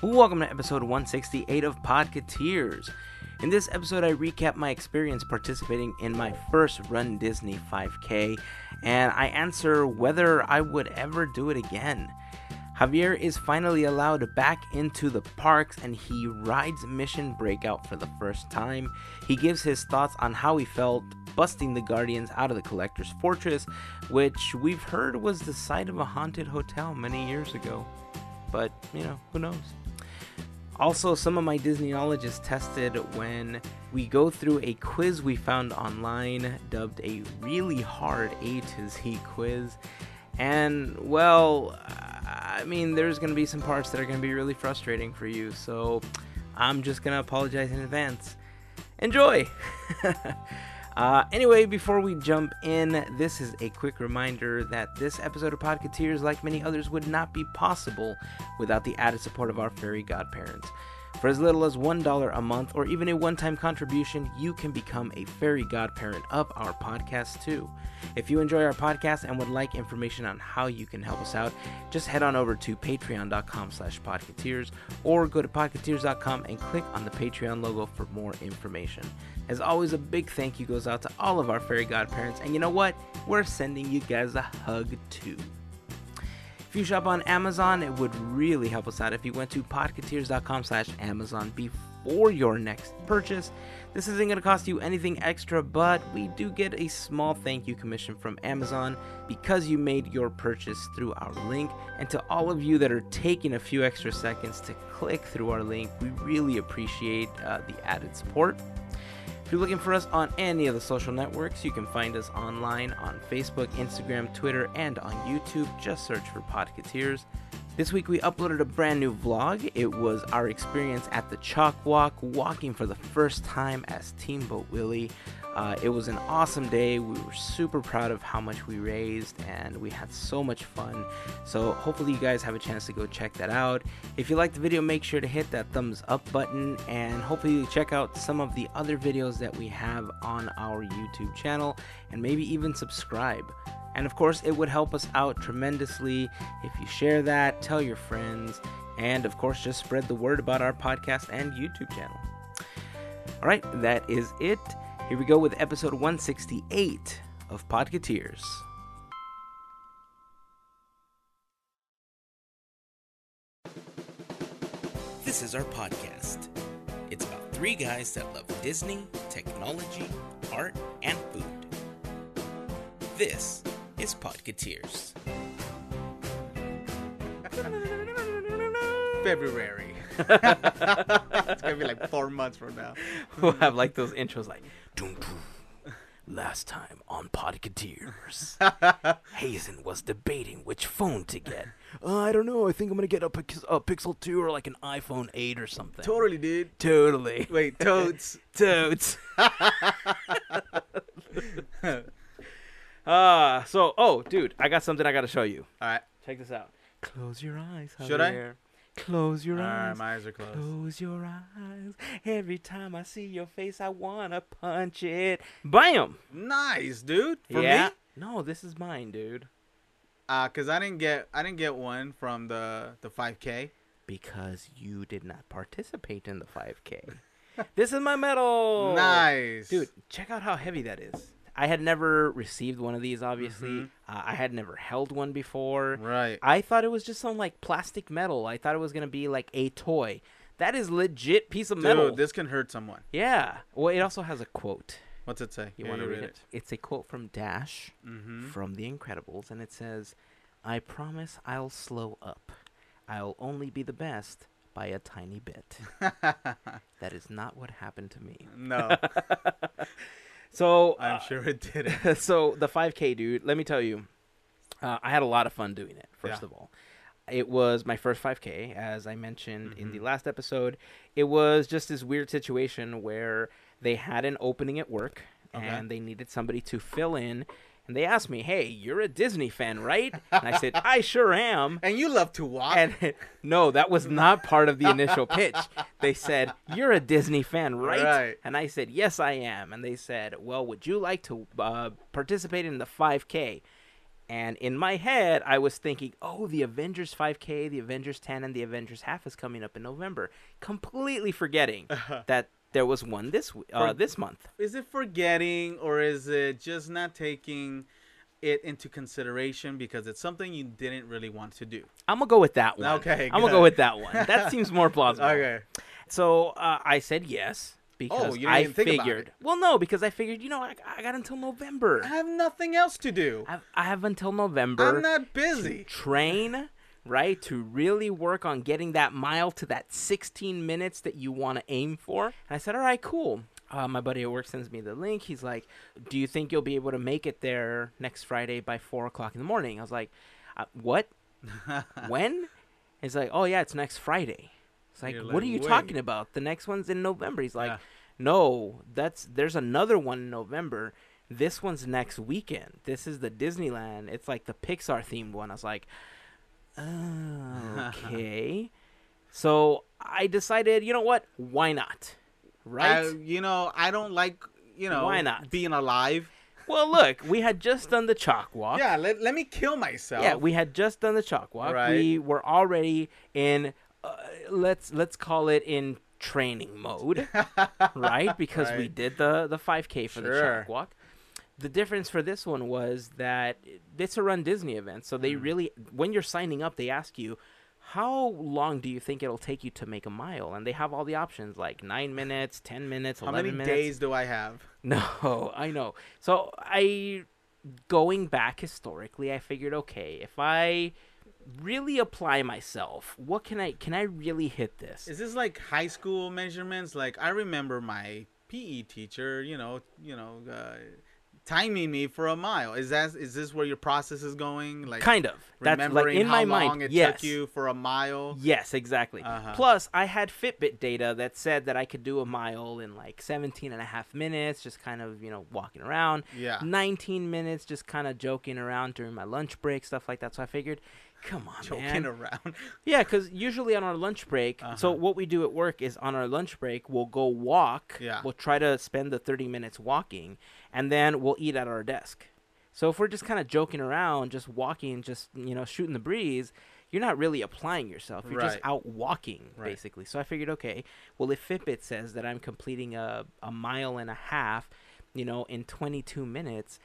Welcome to episode 168 of Podcateers. In this episode, I recap my experience participating in my first Run Disney 5K, and I answer whether I would ever do it again. Javier is finally allowed back into the parks and he rides Mission Breakout for the first time. He gives his thoughts on how he felt busting the Guardians out of the Collector's Fortress, which we've heard was the site of a haunted hotel many years ago. But, you know, who knows? Also, some of my Disney knowledge is tested when we go through a quiz we found online, dubbed a really hard A to Z quiz. And, well, I mean, there's going to be some parts that are going to be really frustrating for you, so I'm just going to apologize in advance. Enjoy! Uh, anyway, before we jump in, this is a quick reminder that this episode of Podcateers, like many others, would not be possible without the added support of our fairy godparents. For as little as $1 a month or even a one time contribution, you can become a fairy godparent of our podcast too. If you enjoy our podcast and would like information on how you can help us out, just head on over to patreon.com slash podcateers or go to podcateers.com and click on the Patreon logo for more information. As always, a big thank you goes out to all of our fairy godparents, and you know what? We're sending you guys a hug too. If you shop on Amazon, it would really help us out if you went to podcateers.com slash Amazon before your next purchase. This isn't going to cost you anything extra, but we do get a small thank you commission from Amazon because you made your purchase through our link. And to all of you that are taking a few extra seconds to click through our link, we really appreciate uh, the added support. If you're looking for us on any of the social networks, you can find us online on Facebook, Instagram, Twitter, and on YouTube. Just search for Podcateers. This week we uploaded a brand new vlog. It was our experience at the Chalk Walk, walking for the first time as Teamboat Willie. Uh, it was an awesome day. We were super proud of how much we raised and we had so much fun. So, hopefully, you guys have a chance to go check that out. If you liked the video, make sure to hit that thumbs up button and hopefully, you check out some of the other videos that we have on our YouTube channel and maybe even subscribe. And of course, it would help us out tremendously if you share that, tell your friends, and of course, just spread the word about our podcast and YouTube channel. All right, that is it. Here we go with episode 168 of Podcateers. This is our podcast. It's about three guys that love Disney, technology, art, and food. This is Podcateers. February. it's gonna be like four months from now. We'll have like those intros like "Dun, dun. last time on Podcateers. Hazen was debating which phone to get. "Uh, I don't know. I think I'm gonna get a, pix- a Pixel 2 or like an iPhone 8 or something. Totally, dude. totally. Wait, toads. Totes. uh, so oh, dude, I got something I gotta show you. All right. Check this out. Close your eyes. Should I? Javier. Close your All right, eyes. my eyes are closed. Close your eyes. Every time I see your face, I wanna punch it. Bam. Nice, dude. For me? No, this is mine, dude. Uh, cause I didn't get I didn't get one from the the 5K. Because you did not participate in the 5K. this is my Oh. medal. Nice, Dude, check out how heavy that is. I had never received one of these, obviously. Uh, I had never held one before. Right. I thought it was just some like plastic metal. I thought it was gonna be like a toy. That is legit piece of Dude, metal. this can hurt someone. yeah. Well, it also has a quote. What's it say? You Here, want to read it? It's a quote from Dash Mm-hmm. from The Incredibles, and it says, "I promise I'll slow up. I'll only be the best by a tiny bit." that is not what happened to me. no, So I'm uh, sure it didn't. so the 5K, dude. Let me tell you, uh, I had a lot of fun doing it. First Yeah. of all, it was my first 5K, as I mentioned in Mm-hmm. the last episode. It was just this weird situation where they had an opening at work, Okay. and they needed somebody to fill in. And they asked me, "Hey, you're a Disney fan, right?" And I said, "I sure am." And you love to walk. And no, that was not part of the initial pitch. They said, "You're a Disney fan, right?" Right. And I said, "Yes, I am." And they said, "Well, would you like to uh, participate in the 5K?" And in my head, I was thinking, oh, the Avengers 5K, the Avengers 10, and the Avengers half is coming up in November. Completely forgetting that there was one this w- uh, Uh-huh. For- this month. Is it forgetting or is it just not taking it into consideration because it's something you didn't really want to do? I'm gonna go with that one. Okay, I'm gonna good. go with that one. That seems more plausible. Okay. So uh, I said yes because you didn't I even think about figured. it. Well, no, because I figured. You know, I, I got until November. I have nothing else to do. I, I have until November. Ah. I'm not busy. train right to really work on getting that mile to that 16 minutes that you want to aim for and i said all right cool uh, my buddy at work sends me the link he's like do you think you'll be able to make it there next friday by four o'clock in the morning i was like uh, what when he's like oh yeah it's next friday it's like You're what like, are you "Wait." talking about the next one's in november he's like Yeah. no that's there's another one in november this one's next weekend this is the disneyland it's like the pixar themed one i was like "Oh, okay so i decided you know what why not right I, you know, I don't like, you know, Why not? being alive. well look we had just done the chalk walk Yeah, let, let me kill myself. Yeah, we had just done the chalk walk. Right. We were already in uh, let's let's call it in training mode, right? Because we Right. did the the 5K for the Sure. chalk walk. The difference for this one was that it's a Run Disney event, so Mm. they really when you're signing up, they ask you how long do you think it'll take you to make a mile? And they have all the options like nine minutes, ten minutes, How eleven many minutes. days do I have? No, I know. So I, going back historically, I figured, okay, if I really apply myself, what can I can I really hit this? Is this like high school measurements? Like I remember my PE teacher, you know, you know, uh, timing me for a mile. Is that is this where your process is going? Like Kind of. That's like remembering in how my long mind. it yes. took you for a mile. Yes, exactly. Uh-huh. Plus, I had Fitbit data that said that I could do a mile in like 17 and a half minutes, just kind of, you know, walking around. Yeah. 19 minutes, just kind of joking around during my lunch break, stuff like that. So I figured, come on, Joking man. around. Yeah, because usually on our lunch break, Uh-huh. so what we do at work is on our lunch break, we'll go walk. Yeah. We'll try to spend the 30 minutes walking, and then we'll eat at our desk. So if we're just kind of joking around, just walking, just, you know, shooting the breeze, you're not really applying yourself. You're just Right. out walking, Right. basically. So I figured, okay, well, if Fitbit says that I'm completing a, a mile and a half, you know, in 22 minutes,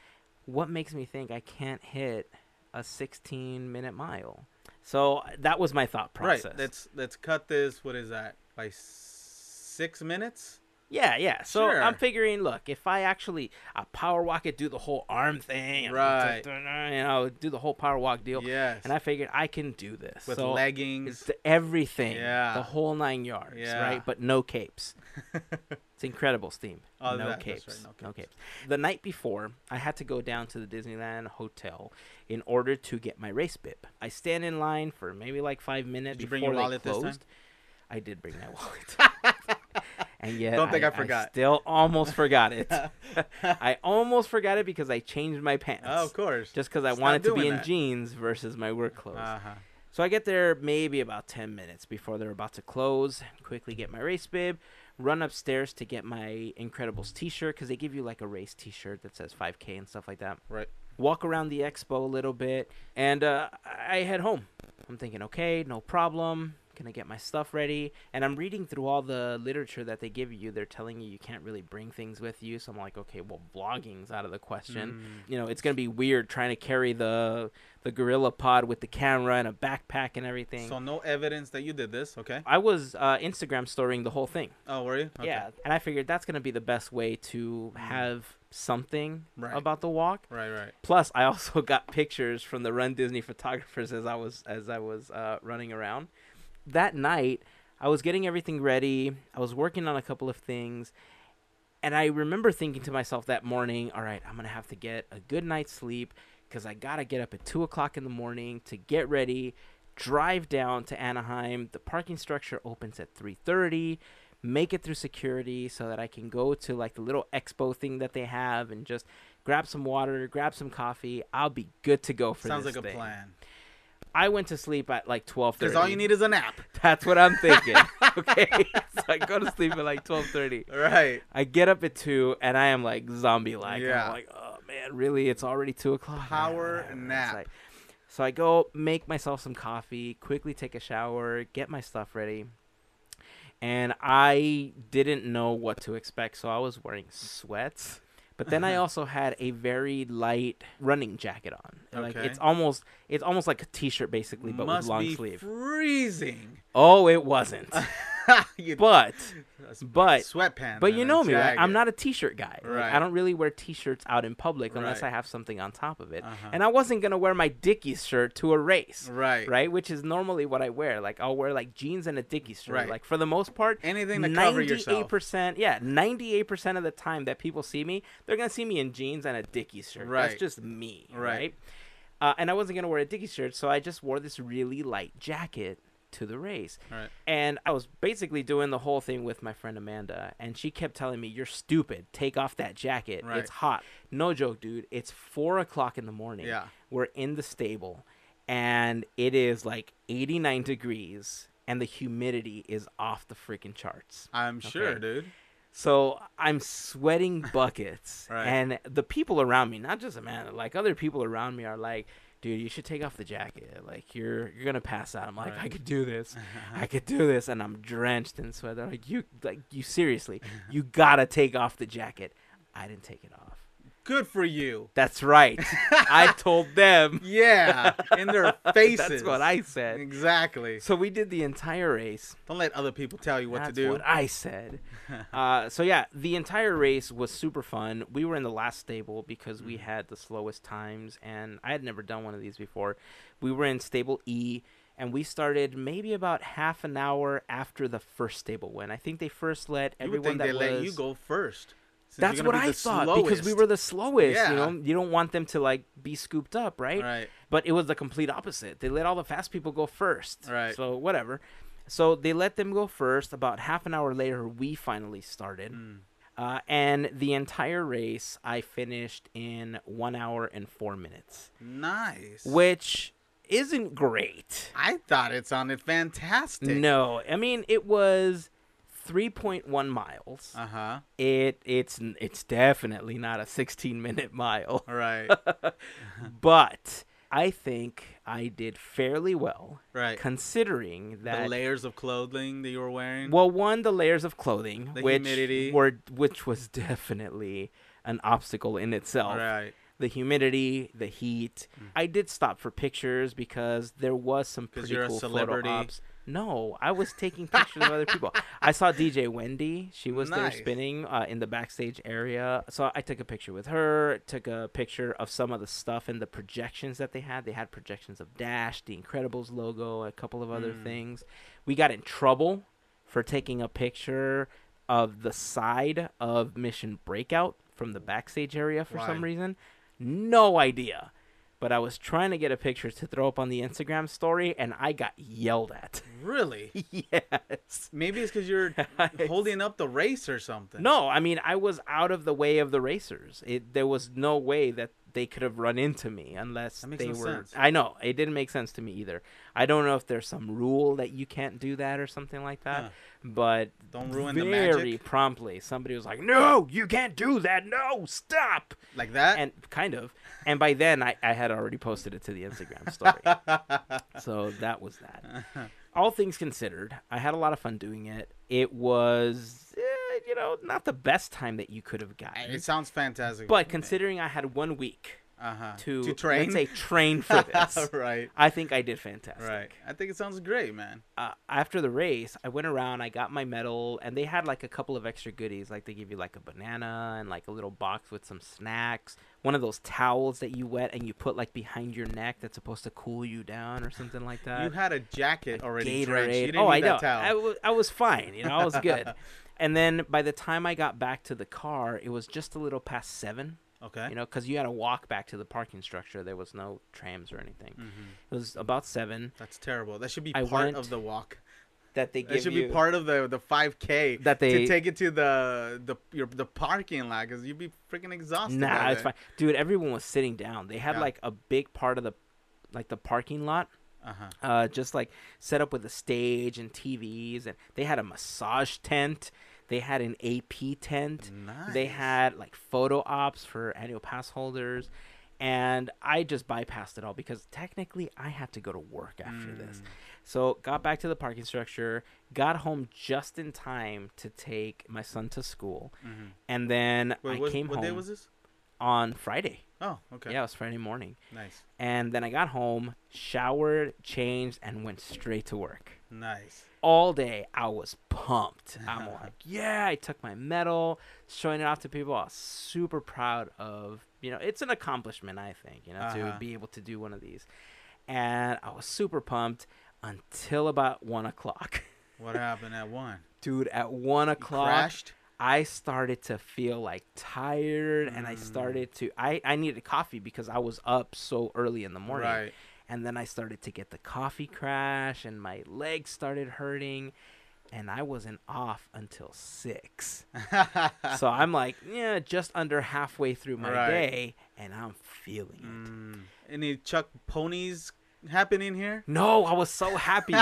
what makes me think I can't hit a 16 minute mile? So that was my thought process. Right. Let's let's cut this. What is that? By six minutes? yeah, yeah. So I'm Sure. figuring, look, if I actually I power walk it, do the whole arm thing, and Right. you know, do the whole power walk deal, Yes. and I figured I can do this With so It's leggings. the everything, Yeah. the whole nine yards, Yeah. right? But no capes. it's incredible, Steam. Oh, no, that- that's capes. right, no no capes. capes. The night before, I had to go down to the Disneyland hotel in order to get my race bib. I stand in line for maybe like five minutes you before bring your they wallet this time? closed. I did bring my wallet. And yet, Don't think I I forgot. still almost forgot it. I almost forgot it because I changed my pants. Oh, of course. Just because I Stop wanted to be doing in that. jeans versus my work clothes. Uh-huh. So I get there maybe about 10 minutes before they're about to close. Quickly get my race bib, run upstairs to get my Incredibles t shirt because they give you like a race t shirt that says 5K and stuff like that. Right. Walk around the expo a little bit, and uh, I head home. I'm thinking, okay, no problem. Gonna get my stuff ready. And I'm reading through all the literature that they give you. They're telling you you can't really bring things with you. So I'm like, okay, well, blogging's out of the question Mm. you know it's gonna be weird trying to carry the the gorilla pod with the camera and a backpack and everything. So no evidence that you did this, okay? I was uh, Instagram storying the whole thing. Oh, were you? Okay. Mm. Yeah, and I figured that's gonna be the best way to have something Right. about the walk. Right, right. Plus, I also got pictures from the Run Disney photographers as I was as I was uh, running around. That night, I was getting everything ready. I was working on a couple of things, and I remember thinking to myself that morning, "All right, I'm gonna have to get a good night's sleep because I gotta get up at two o'clock in the morning to get ready, drive down to Anaheim. The parking structure opens at three thirty. Make it through security so that I can go to like the little expo thing that they have and just." grab some water, grab some coffee. I'll be good to go for Sounds this like a thing. plan. I went to sleep at like twelve thirty. Because all you need is a nap. That's what I'm thinking. okay, so I go to sleep at like twelve thirty. Right. I get up at two, and I am like zombie like. Yeah. I'm like, oh man, really, it's already two o'clock. Ah, Power whatever." It's nap. like- so I go make myself some coffee, quickly take a shower, get my stuff ready. And I didn't know what to expect, so I was wearing sweats. But then I also had a very light running jacket on. And, Like Okay. it's almost it's almost like a t-shirt basically, but Must with long be sleeve. freezing. oh, it wasn't. You- but that's but sweatpants. but and you a know me, right? I'm jacket. not a t-shirt guy. Like, Right. I don't really wear t-shirts out in public unless Right. I have something on top of it. Uh-huh. And I wasn't gonna wear my Dickies shirt to a race, right. right? Which is normally what I wear. Like I'll wear like jeans and a Dickies shirt. Right. Like for the most part, Anything to cover ninety-eight yourself. percent, yeah, ninety-eight percent of the time that people see me, they're gonna see me in jeans and a Dickies shirt. That's Right. just me, right? Right. Uh, and I wasn't gonna wear a Dickies shirt, so I just wore this really light jacket to the race. Right. And I was basically doing the whole thing with my friend Amanda, and she kept telling me, "You're stupid. Take off that jacket. Right. It's hot." No joke, dude. It's four o'clock in the morning. Yeah. We're in the stable, and it is like 89 degrees, and the humidity is off the freaking charts. I'm sure, Okay. dude. So I'm sweating buckets, Right. and the people around me, not just Amanda, like other people around me, are like, "Dude, you should take off the jacket. Like you're you're gonna pass out." I'm like, Right. "I could do this, I could do this," and I'm drenched in sweat. They're like, "You like you seriously, you gotta take off the jacket." I didn't take it off. Good for you. That's right. I told them. Yeah, in their faces. That's what I said. Exactly. So we did the entire race. Don't let other people tell you what That's to do. What I said. uh, so yeah, the entire race was super fun. We were in the last stable because Mm. we had the slowest times, and I had never done one of these before. We were in stable E, and we started maybe about half an hour after the first stable win. I think they first let you would everyone think that they was. let you go first. since you're That's gonna what be I the thought because we slowest. were the slowest. You Yeah. know, you don't want them to like be scooped up, right? Right. But it was the complete opposite. They let all the fast people go first. Right. So whatever. So they let them go first. About half an hour later, we finally started. Hmm. Uh, and the entire race, I finished in one hour and four minutes, Nice. which isn't great. I thought it sounded fantastic. No, I mean it was three point one miles. Uh huh. It it's it's definitely not a sixteen minute mile. Right. but I think I did fairly well, Right. considering the that. layers of clothing that you were wearing. well, one, the layers of clothing, The which humidity. were which was definitely an obstacle in itself. Right. Mm. The humidity, the heat. I did stop for pictures because there was some pretty you're a cool celebrity. photo ops. No, I was taking pictures of other people. I saw DJ Wendy. She was there Nice. spinning uh, in the backstage area. So I took a picture with her, took a picture of some of the stuff and the projections that they had. They had projections of Dash, the Incredibles logo, a couple of other Mm. things. We got in trouble for taking a picture of the side of Mission Breakout from the backstage area for some Why? reason. No idea. But I was trying to get a picture to throw up on the Instagram story and I got yelled at. Really? yes. Maybe it's because you're holding up the race or something. No, I mean I was out of the way of the racers. It there was no way that they could have run into me unless That makes they no were sense. I know, it didn't make sense to me either. I don't know if there's some rule that you can't do that or something like that, Huh. but Don't ruin the very magic. promptly somebody was like, "No, you can't do that. No, stop." Like that? and kind of. And by then, I, I had already posted it to the Instagram story. so that was that. All things considered, I had a lot of fun doing it. It was, eh, you know, not the best time that you could have gotten. it sounds fantastic. But considering I had one week uh-huh. to, to train. let's say, train for this, right. I think I did fantastic. Right. I think it sounds great, man. Uh, after the race, I went around, I got my medal, and they had like a couple of extra goodies. Like they give you like a banana and like a little box with some snacks, one of those towels that you wet and you put like behind your neck that's supposed to cool you down or something like that. you had a jacket already drenched. You Gatorade. didn't Oh, need I know. that I towel. wa- I was fine. You know, I was good. and then by the time I got back to the car, it was just a little past seven okay. you know, because you had to walk back to the parking structure. There was no trams or anything. Mm-hmm. It was about seven That's terrible. That should be I part went- of the walk. that they That give should you. be part of the the 5K That they- to take it to the the your the parking lot because you'd be freaking exhausted. nah, by it's then. fine, dude. Everyone was sitting down. They had Yeah. like a big part of the, like the parking lot Uh-huh. uh, just like set up with a stage and TVs, and they had a massage tent. They had an AP tent. They Nice. had like photo ops for annual pass holders, and I just bypassed it all because technically I had to go to work after this. Hmm. So got back to the parking structure, got home just in time to take my son to school, and then Mm-hmm. Wait, I what, came what home day was this? on Friday. Oh, okay. Yeah, it was Friday morning. Nice. And then I got home, showered, changed, and went straight to work. Nice. All day, I was pumped. I'm like, yeah, I took my medal, showing it off to people. I was super proud of, you know, it's an accomplishment, I think, you know, to Uh-huh. be able to do one of these. And I was super pumped until about one o'clock. What happened at one? Dude, at one You o'clock, crashed. I started to feel like tired and I Mm. started to I, I needed coffee because I was up so early in the morning. Right. And then I started to get the coffee crash and my legs started hurting and I wasn't off until 6. so I'm like, yeah, just under halfway through my Right. day and I'm feeling it. Mm. Any Chuck ponies happening here? No, I was so happy.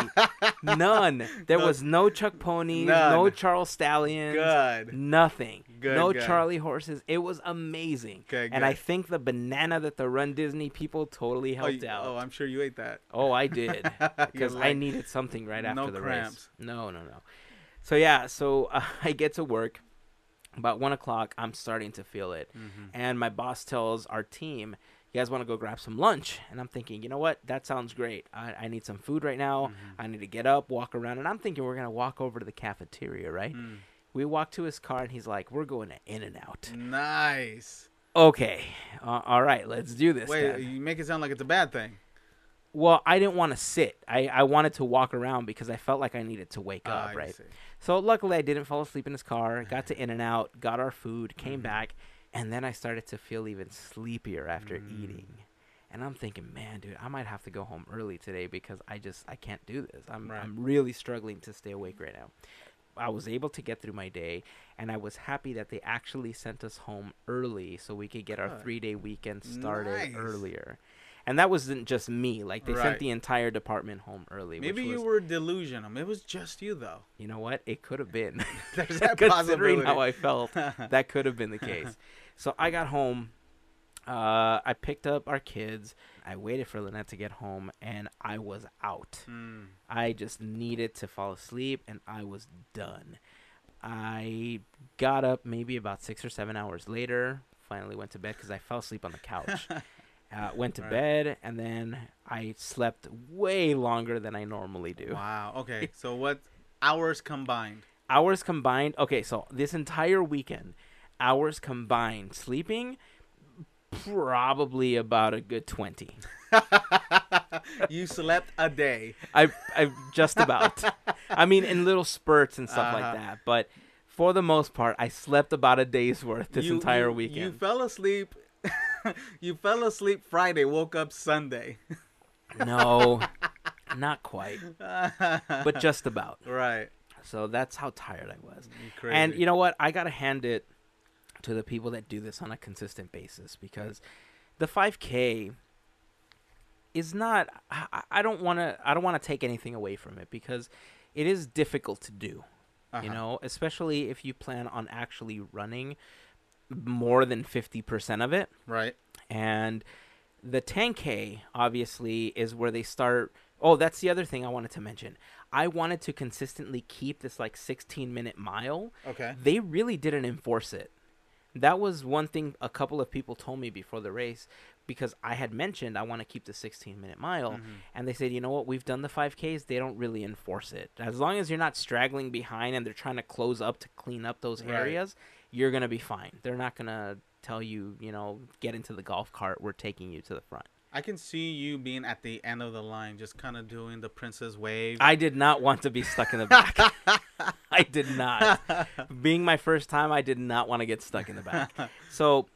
None. There No- was no Chuck ponies, no None. Charles Stallions. Good. Nothing. Good, no good. Charlie horses. It was amazing. Good, and I good. think the banana that the Run Disney people totally Oh, helped you- out. oh, I'm sure you ate that. oh, I did. You're Because I like- needed something right after No the race. cramps. No, no, no. So, yeah, so uh, I get to work. About 1 o'clock, I'm starting to feel it. mm-hmm, And my boss tells our team, you guys want to go grab some lunch? And I'm thinking, you know what? That sounds great. I, I need some food right now. Mm-hmm. I need to get up, walk around. And I'm thinking we're going to walk over to the cafeteria, right? Mm. We walk to his car and he's like, "We're going to In and Out." Nice. Okay, uh, all right, let's do this. Wait, then. you make it sound like it's a bad thing. Well, I didn't want to sit. I I wanted to walk around because I felt like I needed to wake Ah, up, you Uh, right? see. So luckily, I didn't fall asleep in his car. Got to In and Out, got our food, came Mm-hmm. back, and then I started to feel even sleepier after eating. Mm. And I'm thinking, man, dude, I might have to go home early today because I just I can't do this. I'm Right. I'm really struggling to stay awake right now. I was able to get through my day, and I was happy that they actually sent us home early so we could get our Good. three day weekend started Nice. earlier. And that wasn't just me; like they sent Right. the entire department home early. Maybe which was, you were delusional. It was just you, though. you know what? It could have been. There's that Considering how possibility. I felt, that could have been the case. So I got home. Uh, I picked up our kids. I waited for Lynette to get home, and I was out. Mm. I just needed to fall asleep, and I was done. I got up maybe about six or seven hours later. Finally went to bed because I fell asleep on the couch. uh, went to Right. bed, and then I slept way longer than I normally do Wow. Okay. So what hours combined? hours combined okay so this entire weekend hours combined sleeping probably about a good 20 you slept a day. i i just about i mean in little spurts and stuff like Uh-huh. that but for the most part i slept about a day's worth this You- entire you- weekend You fell asleep. you fell asleep Friday. Woke up Sunday. no not quite but but just about right. so that's how tired i was You And crazy. you know what? I gotta hand it to the people that do this on a consistent basis because the 5K is not. I, I- I don't want to. I don't want to take anything away from it because it is difficult to do. Uh-huh. You know, especially if you plan on actually running more than 50% of it Right. and the 10k obviously is where they start oh that's the other thing i wanted to mention i wanted to consistently keep this like 16 minute mile Okay. they really didn't enforce it that was one thing a couple of people told me before the race because i had mentioned i want to keep the 16 minute mile and they said you know what we've done the 5ks they don't really enforce it as long as you're not straggling behind and they're trying to close up to clean up those Right. areas you're going to be fine they're not going to tell you you know get into the golf cart we're taking you to the front I can see you being at the end of the line, just kind of doing the princess wave. I did not want to be stuck in the back. I did not. Being my first time, I did not want to get stuck in the back. So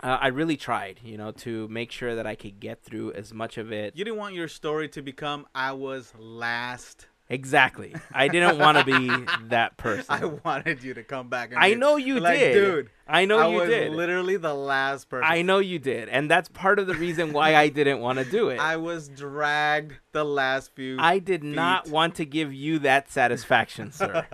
uh, I really tried, you know, to make sure that I could get through as much of it. you didn't want your story to become I was last Exactly. I didn't want to be that person. I wanted you to come back. And I be know you like, did. dude. I know I you was did. literally the last person. I know you did. And that's part of the reason why I didn't want to do it. I, I was dragged the last few. did not Feet. want to give you that satisfaction, sir.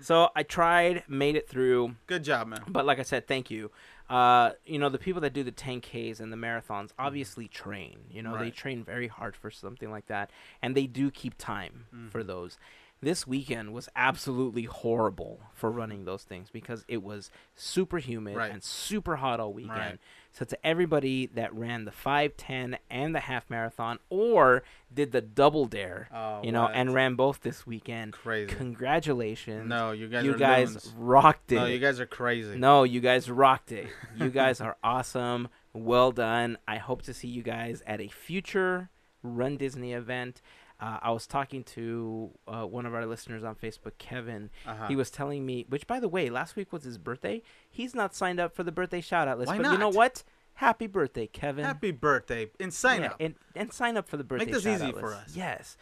so I tried, made it through. Good job, man. But like I said, thank you. Uh, you know, the people that do the 10Ks and the marathons obviously train. You know, they Mm-hmm. Right. train very hard for something like that, and they do keep time Mm-hmm. for those. This weekend was absolutely horrible for running those things because it was super humid Right. and super hot all weekend. Right. So to everybody that ran the 5, 10, and the half marathon or did the double dare, Oh, you know, what? and ran both this weekend, Crazy. congratulations. No, you guys you are guys loons. rocked it. No, you guys are crazy. No, you guys rocked it. You guys are awesome. Well done. I hope to see you guys at a future Run Disney event. Uh, I was talking to uh, one of our listeners on Facebook, Kevin. Uh-huh. He was telling me, which by the way, last week was his birthday. He's not signed up for the birthday shout out list. Why but you know not? what? Happy birthday, Kevin. Happy birthday. And sign Yeah, up. And, and sign up for the birthday. this shout-out easy for list. us. Yes.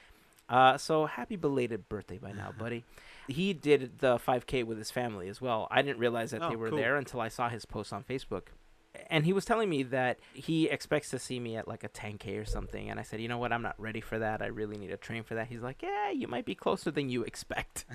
Uh, so happy belated birthday by now, buddy. He did the 5K with his family as well. I didn't realize that they Oh, were cool. there until I saw his post on Facebook. And he was telling me that he expects to see me at like a 10K or something. And I said, you know what? I'm not ready for that. I really need to train for that. He's like, yeah, you might be closer than you expect.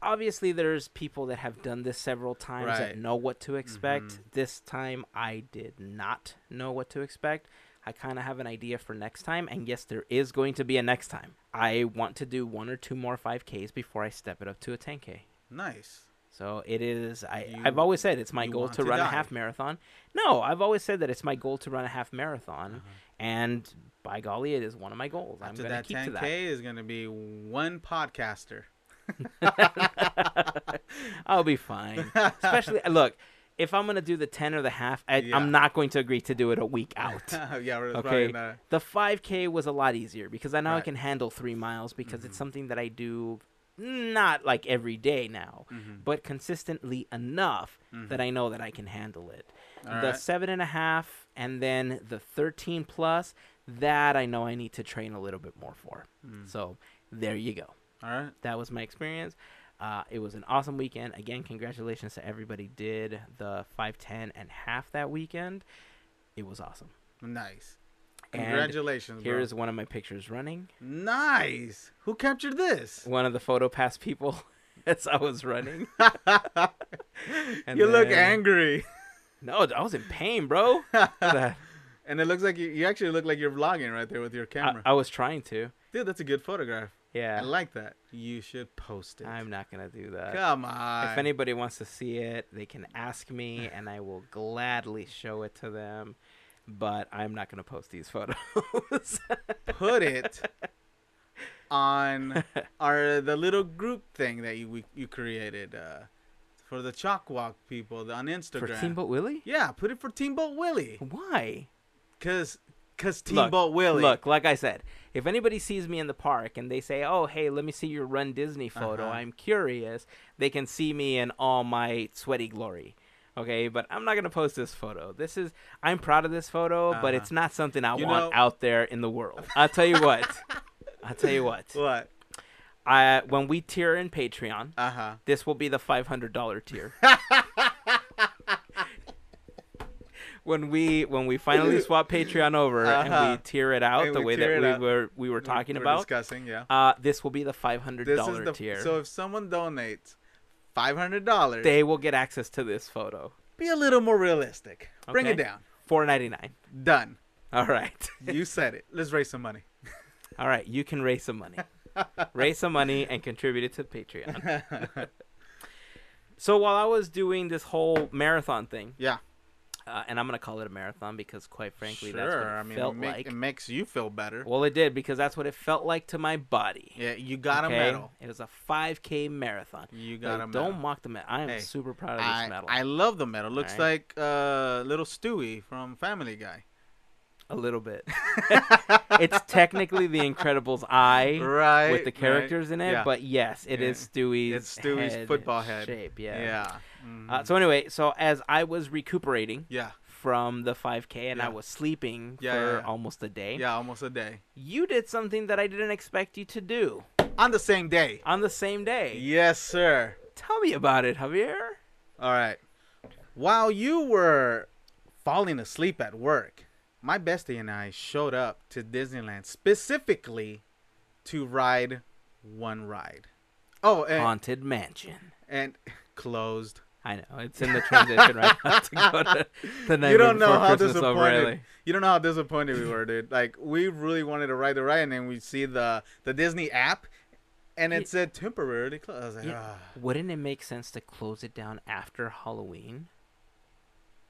Obviously, there's people that have done this several times that Right. know what to expect. Mm-hmm. This time, I did not know what to expect. I kind of have an idea for next time, and yes, there is going to be a next time. I want to do one or two more 5Ks before I step it up to a 10K. Nice. So it is. I, You- I've always said it's my you goal want to to run a die. half marathon. No, I've always said that it's my goal to run a half marathon, and by golly, it is one of my goals. I'm Uh-huh. After going to that keep 10K to that. is going to be one podcaster. I'll be fine. Especially, look, if I'm gonna do the ten or the half, I, Yeah. I'm not going to agree to do it a week out. yeah, we're Okay, probably not. the five k was a lot easier because I now I Right. Mm-hmm. can handle three miles because it's something that I do not like every day now, Mm-hmm. but consistently enough that I know that I can handle it. All the right. seven and a half, and then the thirteen plus, that I know I need to train a little bit more for. Mm. So there you go All right. that was my experience. Uh, it was an awesome weekend. Again, congratulations to everybody did the 510 and half that weekend. It was awesome. Nice. And Congratulations, bro. Here is one of my pictures running. Nice. Who captured this? One of the photo pass people as I was running. And you look then- angry. No, I was in pain, bro. Look at that. And it looks like you, you actually look like you're vlogging right there with your I, camera. I was trying to. Dude, that's a good photograph. I Yeah. like that. You should post it. I'm not going to do that. Come on. If anybody wants to see it, they can ask me and I will gladly show it to them. But I'm not going to post these photos. Put it on our the little group thing that you we, you created uh, for the chalk walk people on Instagram. For Steamboat Willie? Yeah, put it for Teamboat Willie. Why? Cause, cause Look, Teamboat Willie. Look, like I said, if anybody sees me in the park and they say, "Oh, hey, let me see your Run Disney photo," Uh-huh. I'm curious. They can see me in all my sweaty glory. Okay, but I'm not gonna post this photo. This is I'm proud of this photo, but Uh-huh. it's not something I You want know- out there in the world. I'll tell you what. I'll tell you what. What? I when we tier in Patreon, Uh huh. this will be the five hundred dollar tier. when we when we finally swap Patreon over and Uh-huh. we tier it out And the we way tier that it we out. were we were talking about, discussing. Yeah. uh, this will be the five hundred This is dollar the tier. so if someone donates five hundred dollars, they will get access to this photo. be a little more realistic. Bring it Okay. down. Four ninety nine. Done. All right, You said it. Let's raise some money. all right. You can raise some money, raise some money, and contribute it to Patreon. so while I was doing this whole marathon thing, Yeah. uh, and I'm gonna call it a marathon because, quite frankly, sure. that's what it I mean, felt it, make- like. it makes you feel better. Well, it did because that's what it felt like to my body. yeah, you got okay? a medal. It was a 5K marathon. You got Like, a medal. Don't mock the medal. I am Hey, super proud of this I, medal. I love the medal. Looks Alright. like uh, little Stewie from Family Guy. A little bit. it's technically The Incredibles eye Right. with the right. characters in it, Yeah. but yes, it is Stewie's. It's Stewie's head football head. shape. yeah. Yeah. Mhm. Uh, so anyway, so as I was recuperating yeah. from the 5K and I Yeah. was sleeping Yeah, for yeah, yeah. almost a day, Yeah. Almost a day. you did something that I didn't expect you to do. on the same day. on the same day. Yes, sir. Tell me about it, Javier. All right. While you were falling asleep at work, my bestie and I showed up to Disneyland specifically to ride one ride. Oh, and, Haunted Mansion. and closed. I know it's in the transition right now to go to the night you don't before know how Christmas over disappointed early. you don't know how disappointed we were, dude. Like we really wanted to ride the ride, and then we see the the Disney app, and it Ye- said temporarily closed. I was like, Yeah. "Ah." Wouldn't it make sense to close it down after Halloween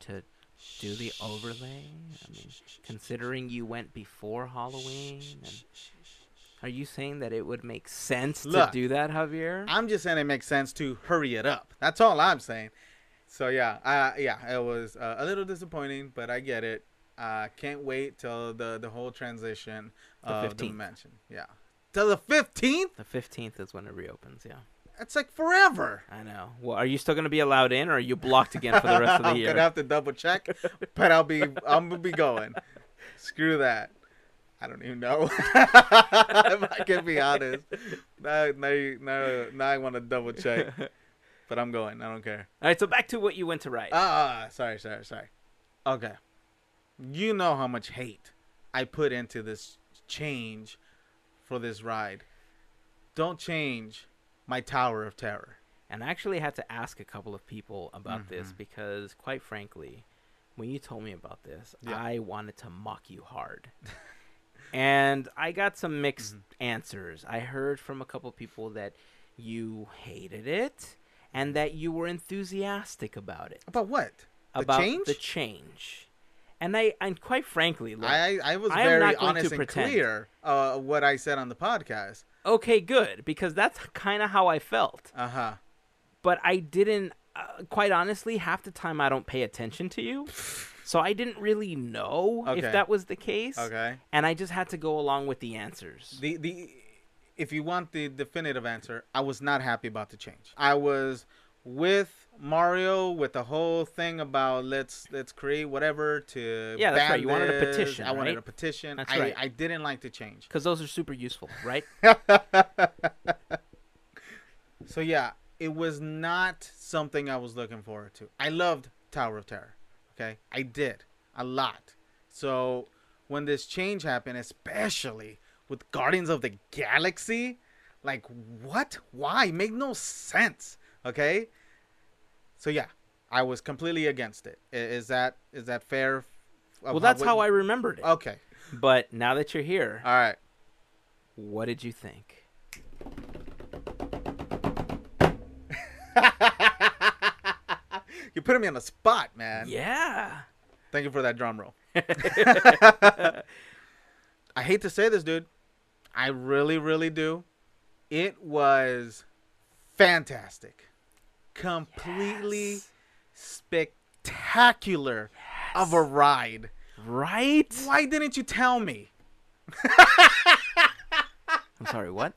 to do the overlay? I mean, considering you went before Halloween, and are you saying that it would make sense Look, to do that, Javier? I'm just saying it makes sense to hurry it up. That's all I'm saying. So yeah, uh, yeah, it was uh, a little disappointing, but I get it. uh, can't wait till the the whole transition The of the 15th. mansion. Yeah, till the fifteenth. The fifteenth is when it reopens. Yeah, That's like forever. I know. Well, are you still going to be allowed in, or are you blocked again for the rest of the I'm year? gonna have to double check, but I'll be I'm gonna be going. Screw that. I don't even know if I can be honest. Now, now, you- now, now I want to double check, but I'm going. I don't care. All right, so back to what you went to write. Ah, sorry, sorry, sorry. Okay. You know how much hate I put into this change for this ride. Don't change my Tower of Terror. And I actually had to ask a couple of people about Mm-hmm. this because, quite frankly, when you told me about this, Yeah. I wanted to mock you hard. and I got some mixed Mm-hmm. answers. I heard from a couple people that you hated it and that you were enthusiastic about it. About what? The about change? the change. And I and quite frankly, look, I I was I am very not going to honest and pretend. clear uh what I said on the podcast. okay, good, because that's kind of how I felt. Uh-huh. but I didn't. Uh, quite honestly, half the time I don't pay attention to you, so I didn't really know Okay. if that was the case. Okay. And I just had to go along with the answers. The the if you want the definitive answer, I was not happy about the change. I was with Mario with the whole thing about let's let's create whatever to Yeah, that's ban right. You wanted a this. petition, I wanted right? a petition. That's I, right. I didn't like the change. Because those are super useful, right? So yeah, it was not something I was looking forward to. I loved Tower of Terror. Okay, I did a lot. So when this change happened, especially with Guardians of the Galaxy, like what? Why? Make no sense. Okay. So yeah, I was completely against it. I- Is that is that fair? well, that's how I remembered it. Okay. Uh, But now that you're here, All right. what did you think? You're putting me on the spot, man. Yeah. Thank you for that drum roll. I hate to say this, dude. I really, really do. It was fantastic. Completely Yes. spectacular of a ride. Right? Why didn't you tell me? I'm sorry, what?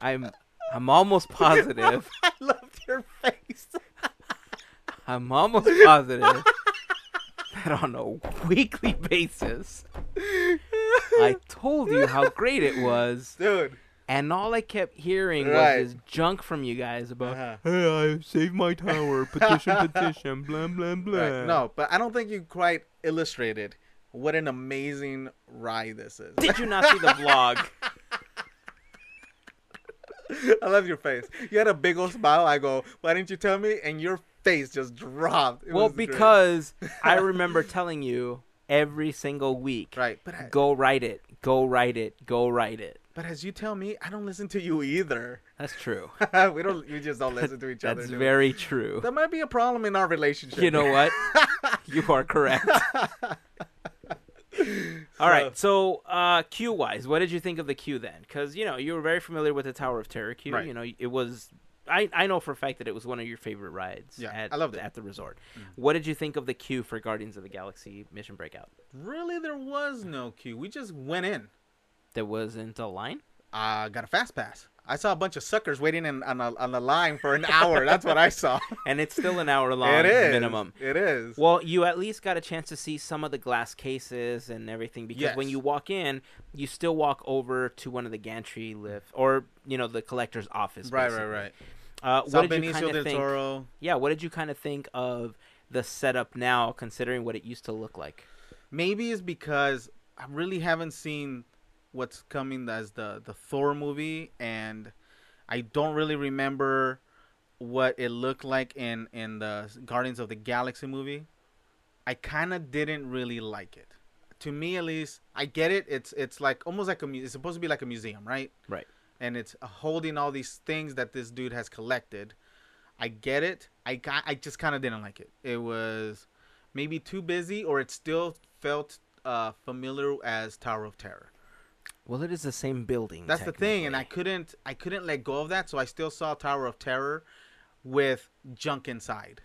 I'm I'm almost positive. I loved your face. I'm almost positive that on a weekly basis, I told you how great it was, Dude. and all I kept hearing Right. was this junk from you guys about, Uh-huh. hey, I saved my tower, petition, petition, blah, blah, blah. Right. No, but I don't think you quite illustrated what an amazing ride this is. Did you not see the vlog? I love your face. You had a big old smile. I go, why didn't you tell me? And your face just dropped. It Well, was great. because I remember telling you every single week, right, but I, go write it, go write it, go write it. but as you tell me, I don't listen to you either. That's true. we don't. We just don't listen to each other. That's do we? very true. That might be a problem in our relationship. You know what? you are correct. All right. So, uh, cue wise, what did you think of the cue then? Because you know you were very familiar with the Tower of Terror queue. Right. You know it was. I, I know for a fact that it was one of your favorite rides. Yeah, at, I loved it. Mm. at the resort. What did you think of the queue for Guardians of the Galaxy Mission Breakout? Really, there was no queue. We just went in. There wasn't a line. I got a fast pass. I- I saw a bunch of suckers waiting in, on, a, on the line for an hour. That's what I saw. and it's still an hour long it is minimum. It is. Well, you at least got a chance to see some of the glass cases and everything because when Yes. you walk in, you still walk over to one of the gantry lift or you know the collector's office. right, right, basically. right. Uh, Saw what did you Benicio kind del of think? Toro. Yeah, what did you kind of think of the setup now, considering what it used to look like? Maybe it's because I really haven't seen what's coming as the the Thor movie, and I don't really remember what it looked like in in the Guardians of the Galaxy movie. I kind of didn't really like it. To me, at least, I get it. It's it's like almost like a mu- it's supposed to be like a museum, right? Right. And it's holding all these things that this dude has collected. I get it. I got, I just kind of didn't like it. It was maybe too busy, or it still felt uh, familiar as Tower of Terror. Well, it is the same building. That's the thing, and I technically. couldn't I couldn't let go of that, so I still saw Tower of Terror with junk inside.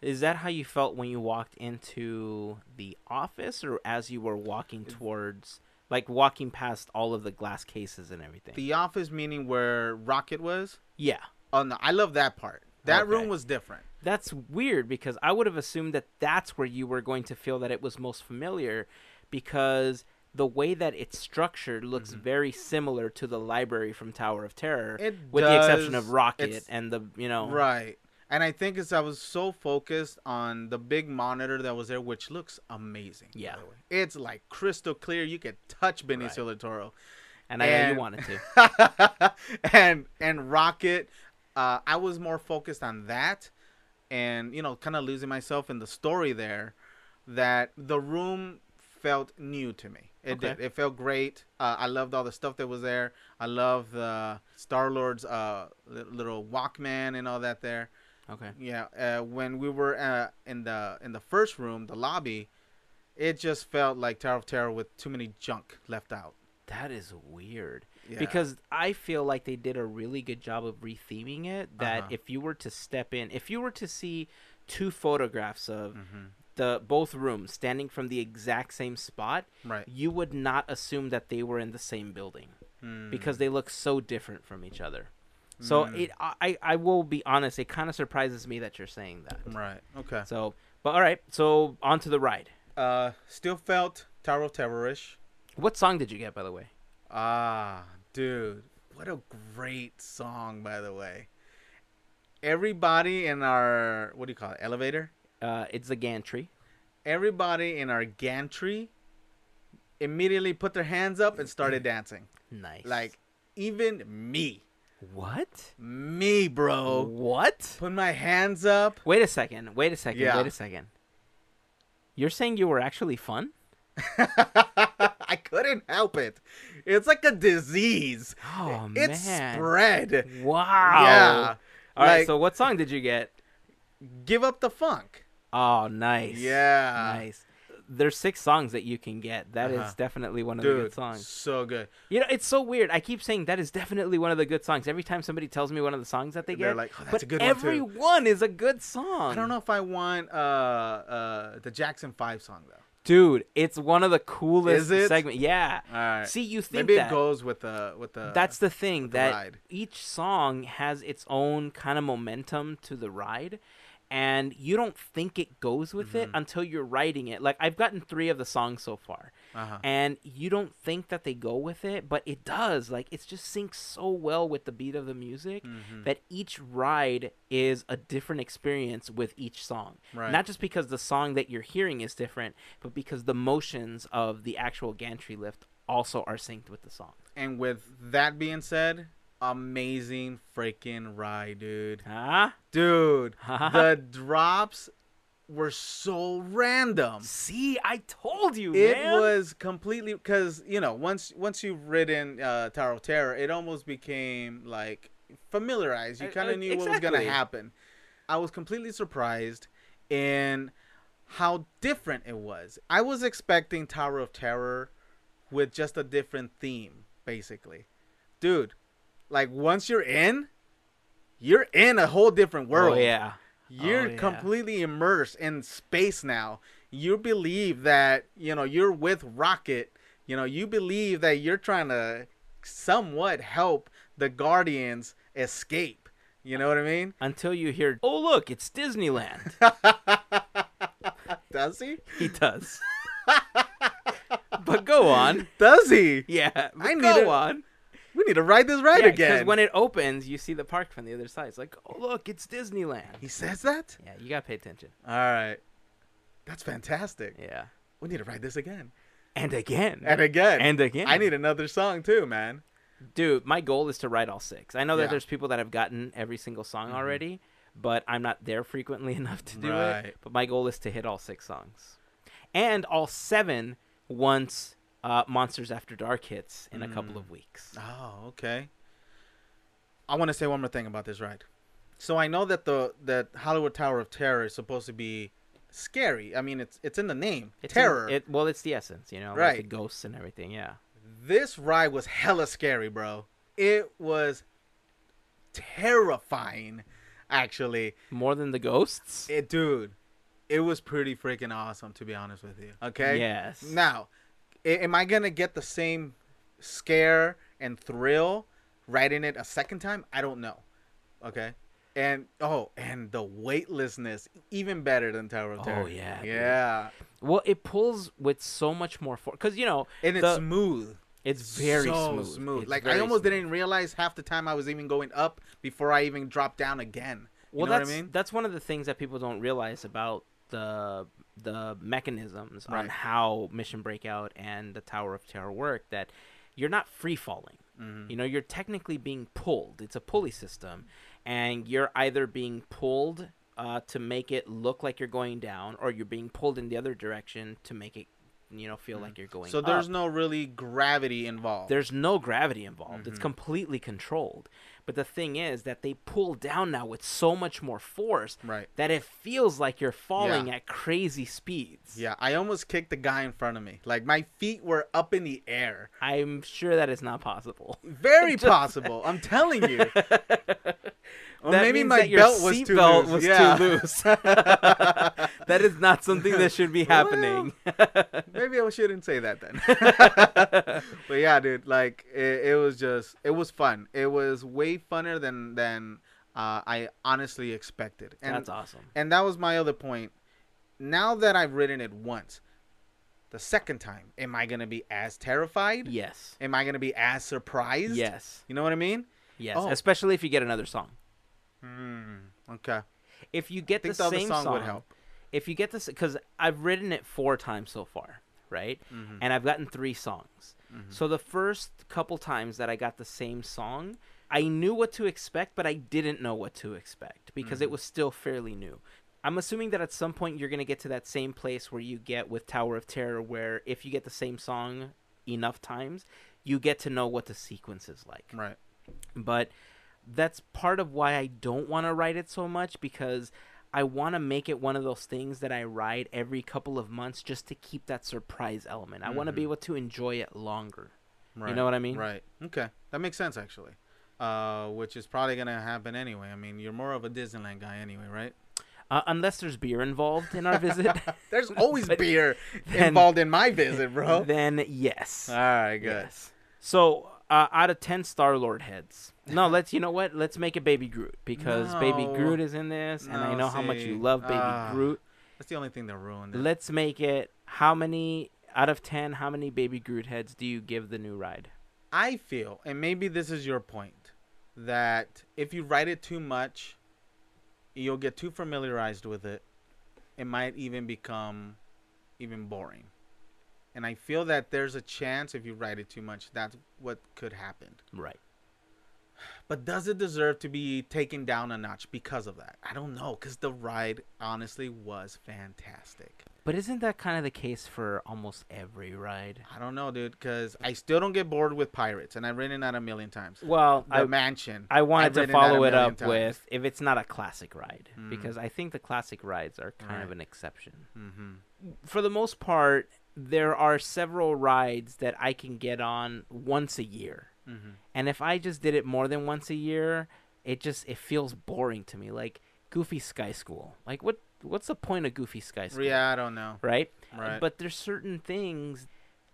is that how you felt when you walked into the office, or as you were walking towards, like walking past all of the glass cases and everything? The office meaning where Rocket was. yeah, Oh no, I love that part. That Okay. room was different. that's weird because I would have assumed that that's where you were going to feel that it was most familiar, because the way that it's structured looks very similar to the library from Tower of Terror, Mm-hmm. It with the exception does. of Rocket It's- and the you know Right. And I think it's I was so focused on the big monitor that was there, which looks amazing. by Yeah. the way. It's like crystal clear. You could touch Benicio del Toro. and I know you and- wanted to. and and Rocket. Uh, I was more focused on that, and you know, kind of losing myself in the story there. That the room felt new to me. It Okay. did. It felt great. Uh, I loved all the stuff that was there. I loved the Star Lord's uh, li- little Walkman and all that there. Okay. Yeah, uh, when we were uh, in the in the first room, the lobby, it just felt like Tower of Terror with too many junk left out. That is weird. Yeah. Because I feel like they did a really good job of retheming it. That Uh-huh. if you were to step in, if you were to see two photographs of Mhm. the both rooms standing from the exact same spot, Right. you would not assume that they were in the same building Mm. because they look so different from each other. So Mm. it, I, I- I will be honest, it kind of surprises me that you're saying that. Right. Okay. So, but all right, so on to the ride. Uh, still felt Tower of Terrorish. What song did you get, by the way? Ah, dude, what a great song, by the way. Everybody in our what do you call it elevator? Uh, it's the gantry. Everybody in our gantry immediately put their hands up and started dancing. Nice. Like even me, what? me, bro, What? put my hands up. Wait a second. Wait a second. Yeah. Wait a second. You're saying you were actually fun? I couldn't help it. It's like a disease. Oh it man! spread. wow. Yeah. All right. like- So what song did you get? Give up the funk. Oh, nice. Yeah. Nice. There's six songs that you can get. That is Uh, Uh-huh. definitely one of the Dude, good songs. so good. You know, it's so weird. I keep saying that is definitely one of the good songs. Every time somebody tells me one of the songs that they They're get, like, "Oh, that's but a good one, too." every one, is a good song. I don't know if I want uh uh the Jackson Five song though. dude. It's one of the coolest Is it? segment. Yeah. All right. See, you think Maybe that. it goes with the with the. that's the thing the that ride. each song has its own kind of momentum to the ride and you don't think it goes with Mm-hmm. it until you're writing it like i've gotten three of the songs so far Uh-huh. and you don't think that they go with it but it does like it just syncs so well with the beat of the music that each ride is a different experience with each song Right. not just because the song that you're hearing is different but because the motions of the actual gantry lift also are synced with the song And with that being said, amazing freaking ride, dude. huh Dude, the drops were so random. See, I told you, It man. was completely because you know once once you've ridden uh, Tower of Terror, it almost became like familiarized. You Uh, kind uh, of knew what was gonna exactly. happen. I was completely surprised in how different it was. I was expecting Tower of Terror with just a different theme, basically. Dude, like once you're in, you're in a whole different world. Oh yeah. You're Oh, yeah. completely immersed in space now. You believe that, you know, you're with Rocket. You know, you believe that you're trying to somewhat help the Guardians escape. You know what I mean? Until you hear, oh, look, it's Disneyland. Does he? he does. but go on. Does he? Yeah. But I need go a- on. We need to ride this ride Because again. when it opens, you see the park from the other side. It's like, oh, look, it's Disneyland. he says that? Yeah, you got to pay attention. All right. That's fantastic. Yeah. We need to ride this again. And again. And again. And again. I need another song too, man. Dude, my goal is to write all six. I know that Yeah. Mm-hmm. there's people that have gotten every single song already, but I'm not there frequently enough to do Right. it. But my goal is to hit all six songs. And all seven once uh, Monsters After Dark hits in a Mm. couple of weeks. Oh, okay. I want to say one more thing about this ride. So I know that the that Hollywood Tower of Terror is supposed to be scary. I mean, it's it's in the name, It's in- terror. it, well, it's the essence, you know, like the Right. ghosts and everything. Yeah. this ride was hella scary, bro. It was terrifying, actually. More than the ghosts. It, dude, it was pretty freaking awesome to be honest with you. Okay. Yes. Now, a- am I gonna get the same scare and thrill writing it a second time? I don't know. Okay. And oh, and the weightlessness, even better than Tower of Oh, Terror. yeah, dude. Yeah. Well, it pulls with so much more force because you know And it's the- smooth. it's very so smooth. It's like I very almost smooth. didn't realize half the time I was even going up before I even dropped down again. You Well, know that's what I mean? that's one of the things that people don't realize about the the mechanisms on Right. how Mission Breakout and the Tower of Terror work. That you're not free falling. Mm-hmm. You know, you're technically being pulled. It's a pulley system, and you're either being pulled uh, to make it look like you're going down, or you're being pulled in the other direction to make it, you know, feel like you're going. Mm-hmm. So there's up. no really gravity involved. There's no gravity involved. Mm-hmm. It's completely controlled. But the thing is that they pull down now with so much more force Right. that it feels like you're falling Yeah. at crazy speeds. yeah, I almost kicked the guy in front of me. Like my feet were up in the air. I'm sure that is not possible. Very possible. I'm telling you. Or That maybe means my that your belt was seat too belt loose. was too yeah. loose. That is not something that should be Well, happening. maybe I shouldn't say that then. but yeah, dude, like it, it was just it was fun. It was way funner than than uh, I honestly expected. And That's awesome. and that was my other point. Now that I've ridden it once, the second time, am I gonna be as terrified? Yes. Am I gonna be as surprised? Yes. You know what I mean? Yes. Oh. Especially if you get another song. Okay. If you get think the the other same song would help. if you get this because i've written it four times so far right and i've gotten three songs so the first couple times that i got the same song i knew what to expect but i didn't know what to expect because it was still fairly new i'm assuming that at some point you're going to get to that same place where you get with tower of terror where if you get the same song enough times you get to know what the sequence is like Right. but that's part of why I don't want to ride it so much because I want to make it one of those things that I ride every couple of months just to keep that surprise element. I want to be able to enjoy it longer. Mm-hmm. Right. know what I mean? Right. Okay. That makes sense actually. Uh, which is probably gonna happen anyway. I mean, you're more of a Disneyland guy anyway, right? Uh, unless there's beer involved in our visit, There's always But beer then- involved in my visit, bro. Uh. then yes. All right, good. yes. So uh, out of 10 Star Lord heads. No, let's, you know what? Let's make it Baby Groot because Baby No. Groot is in this and I No, know how much you see. love Baby Ah. Groot. That's the only thing that ruined it. Let's make it how many out of 10 how many baby Groot heads do you give the new ride? I feel, and maybe this is your point, that if you write it too much, you'll get too familiarized with it. It might even become even boring. And I feel that there's a chance if you write it too much, that's what could happen. Right. But does it deserve to be taken down a notch because of that? I don't know, because the ride honestly was fantastic. But isn't that kind of the case for almost every ride? I don't know, dude, because I still don't get bored with pirates, and I've ridden that a million times. Well, The I, mansion. I I've wanted to ridden that a follow it million up times. Hmm. with if it's not a classic ride because I think the classic rides are kind of Right. an exception. Mhm. For the most part, there are several rides that I can get on once a year. And if I just did it more than once a year, it just it feels boring to me. Like Goofy Sky School. Like what what's the point of Goofy Sky School? Yeah, I don't know. Right? Right. But there's certain things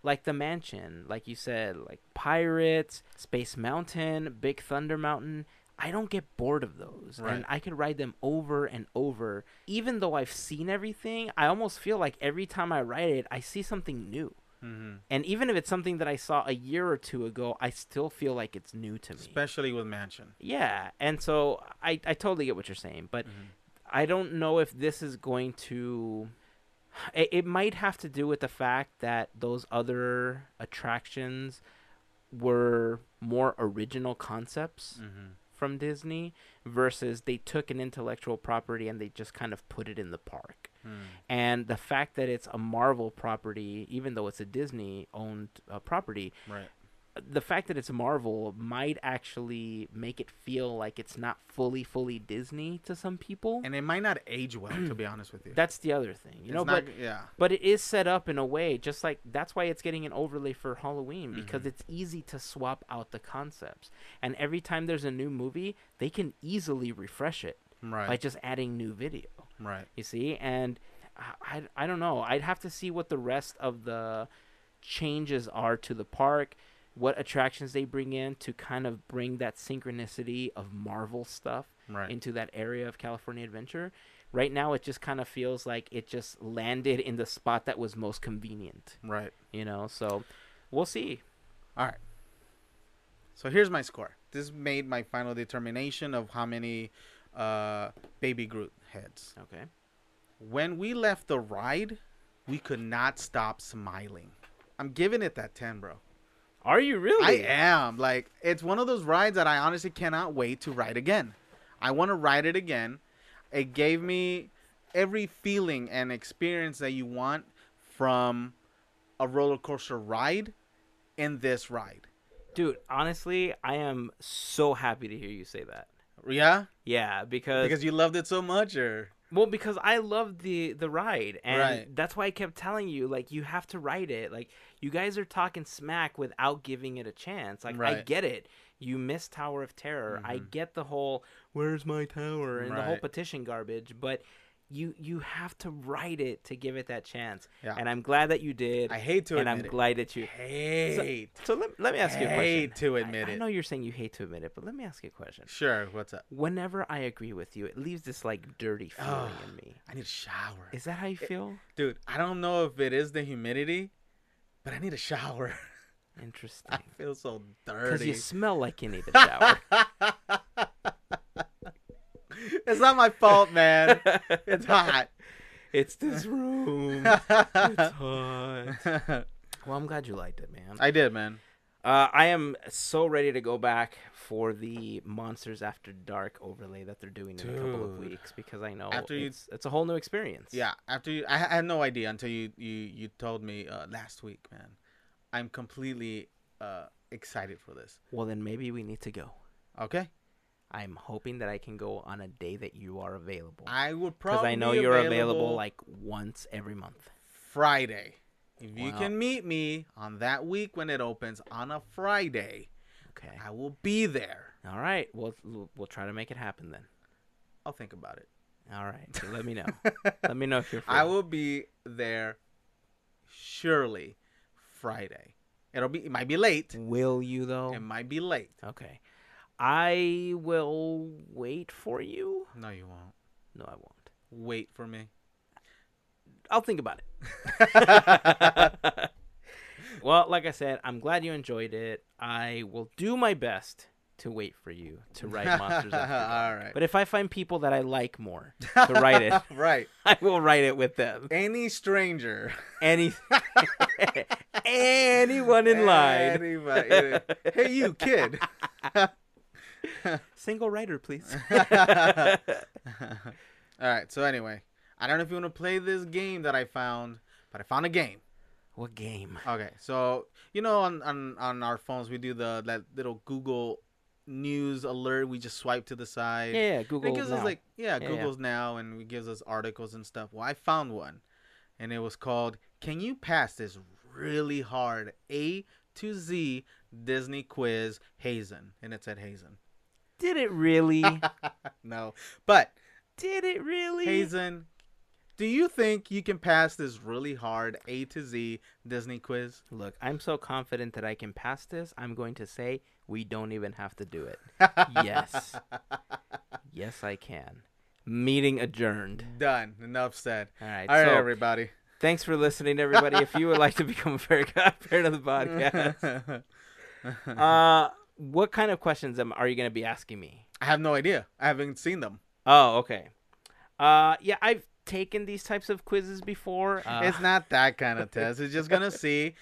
like the mansion, like you said, like Pirates, Space Mountain, Big Thunder Mountain. I don't get bored of those, Right. and I could ride them over and over. Even though I've seen everything, I almost feel like every time I ride it, I see something new. Mm-hmm. And even if it's something that I saw a year or two ago, I still feel like it's new to me. Especially with Mansion. Yeah, and so I I totally get what you're saying, but Mm-hmm. I don't know if this is going to. It, it might have to do with the fact that those other attractions were more original concepts Mm-hmm. from Disney versus they took an intellectual property and they just kind of put it in the park. Mm-hmm. And the fact that it's a Marvel property, even though it's a Disney owned uh, property, Right. the fact that it's Marvel might actually make it feel like it's not fully, fully Disney to some people. And it might not age well, to be honest with you. That's the other thing, you It's know. not- but yeah. but it is set up in a way, just like that's why it's getting an overlay for Halloween Mm-hmm. because it's easy to swap out the concepts. And every time there's a new movie, they can easily refresh it by Right. just adding new video. Right. You see, and I, I I don't know. I'd have to see what the rest of the changes are to the park, what attractions they bring in to kind of bring that synchronicity of Marvel stuff Right. into that area of California Adventure. Right now, it just kind of feels like it just landed in the spot that was most convenient, Right. you know? So we'll see. All right. So here's my score. This made my final determination of how many uh, baby Groot heads. Okay. When we left the ride, we could not stop smiling. I'm giving it that 10, bro. Are you really? I am. Like, it's one of those rides that I honestly cannot wait to ride again. I want to ride it again. It gave me every feeling and experience that you want from a roller coaster ride in this ride. Dude, honestly, I am so happy to hear you say that. Yeah? Yeah, because Because you loved it so much, or? Well, because I love the the ride, and Right. that's why I kept telling you, like, you have to ride it. Like, you guys are talking smack without giving it a chance. Like, I Right. Mm-hmm. get it. You miss Tower of Terror. I get the whole "Where's my tower" and the whole Right. petition garbage, but you you have to ride it to give it that chance. Yeah. And I'm glad that you did. I hate to and I'm admit it. glad that you. Hate. So let, let me ask you a question. Hate to I- admit I it. know you're saying you hate to admit it, but let me ask you a question. Sure, what's up? Whenever I agree with you, it leaves this like dirty feeling Ugh. in me. I need a shower. Is that how you feel? Dude, I don't know if it is the humidity, but I need a shower. Interesting. I feel so Because dirty. you smell like you need a shower. It's not my fault, man. it's hot. it's this room. It's hot. Well, I'm glad you liked it, man. I did, man. Uh, I am so ready to go back for the Monsters After Dark overlay that they're doing in a couple of Dude. weeks because I know After you- it's, it's a whole new experience. Yeah, after you, I, I had no idea until you you you told me uh, last week, man. I'm completely uh, excited for this. Well, then maybe we need to go. Okay, I'm hoping that I can go on a day that you are available. I would Because probably I know be you're available like once every month. Friday. If you Wow. can meet me on that week when it opens on a Friday, Okay. I will be there. All right. We'll, we'll try to make it happen then. I'll think about it. All right. So let me know. let me know if you're free. I will be there surely Friday. It'll be it might be late. Will you though? It might be late. Okay. I will wait for you. No, you won't. No, I won't. Wait for me. I'll think about it. well, like I said, I'm glad you enjoyed it. I will do my best to wait for you to write Monsters After Dark. All right. But if I find people that I like more to write it, right. I will write it with them. Any stranger. Any anyone in line. Anybody. hey, you kid. Single writer, please. All right. So anyway, I don't know if you want to play this game that I found, but I found a game. what game? Okay, so you know on on on our phones we do the that little Google News alert. We just swipe to the side. Yeah, yeah, And it Google. gives us Now. like yeah, Yeah, yeah. Google's now and it gives us articles and stuff. Well, I found one, and it was called "Can you pass this really hard A to Z Disney quiz Hazen?" And it said Hazen. Did it really? No, but Did it really? Hazen, Do you think you can pass this really hard A to Z Disney quiz? Look, I'm so confident that I can pass this. I'm going to say we don't even have to do it. yes. Yes, I can. Meeting adjourned. Done. Enough said. All right. All right, so everybody. thanks for listening, everybody. if you would like to become a very good parent of the podcast, uh, what kind of questions am, are you going to be asking me? I have no idea. I haven't seen them. Oh, okay. Uh, yeah, I've taken these types of quizzes before. Uh, it's not that kind of test. It's just gonna see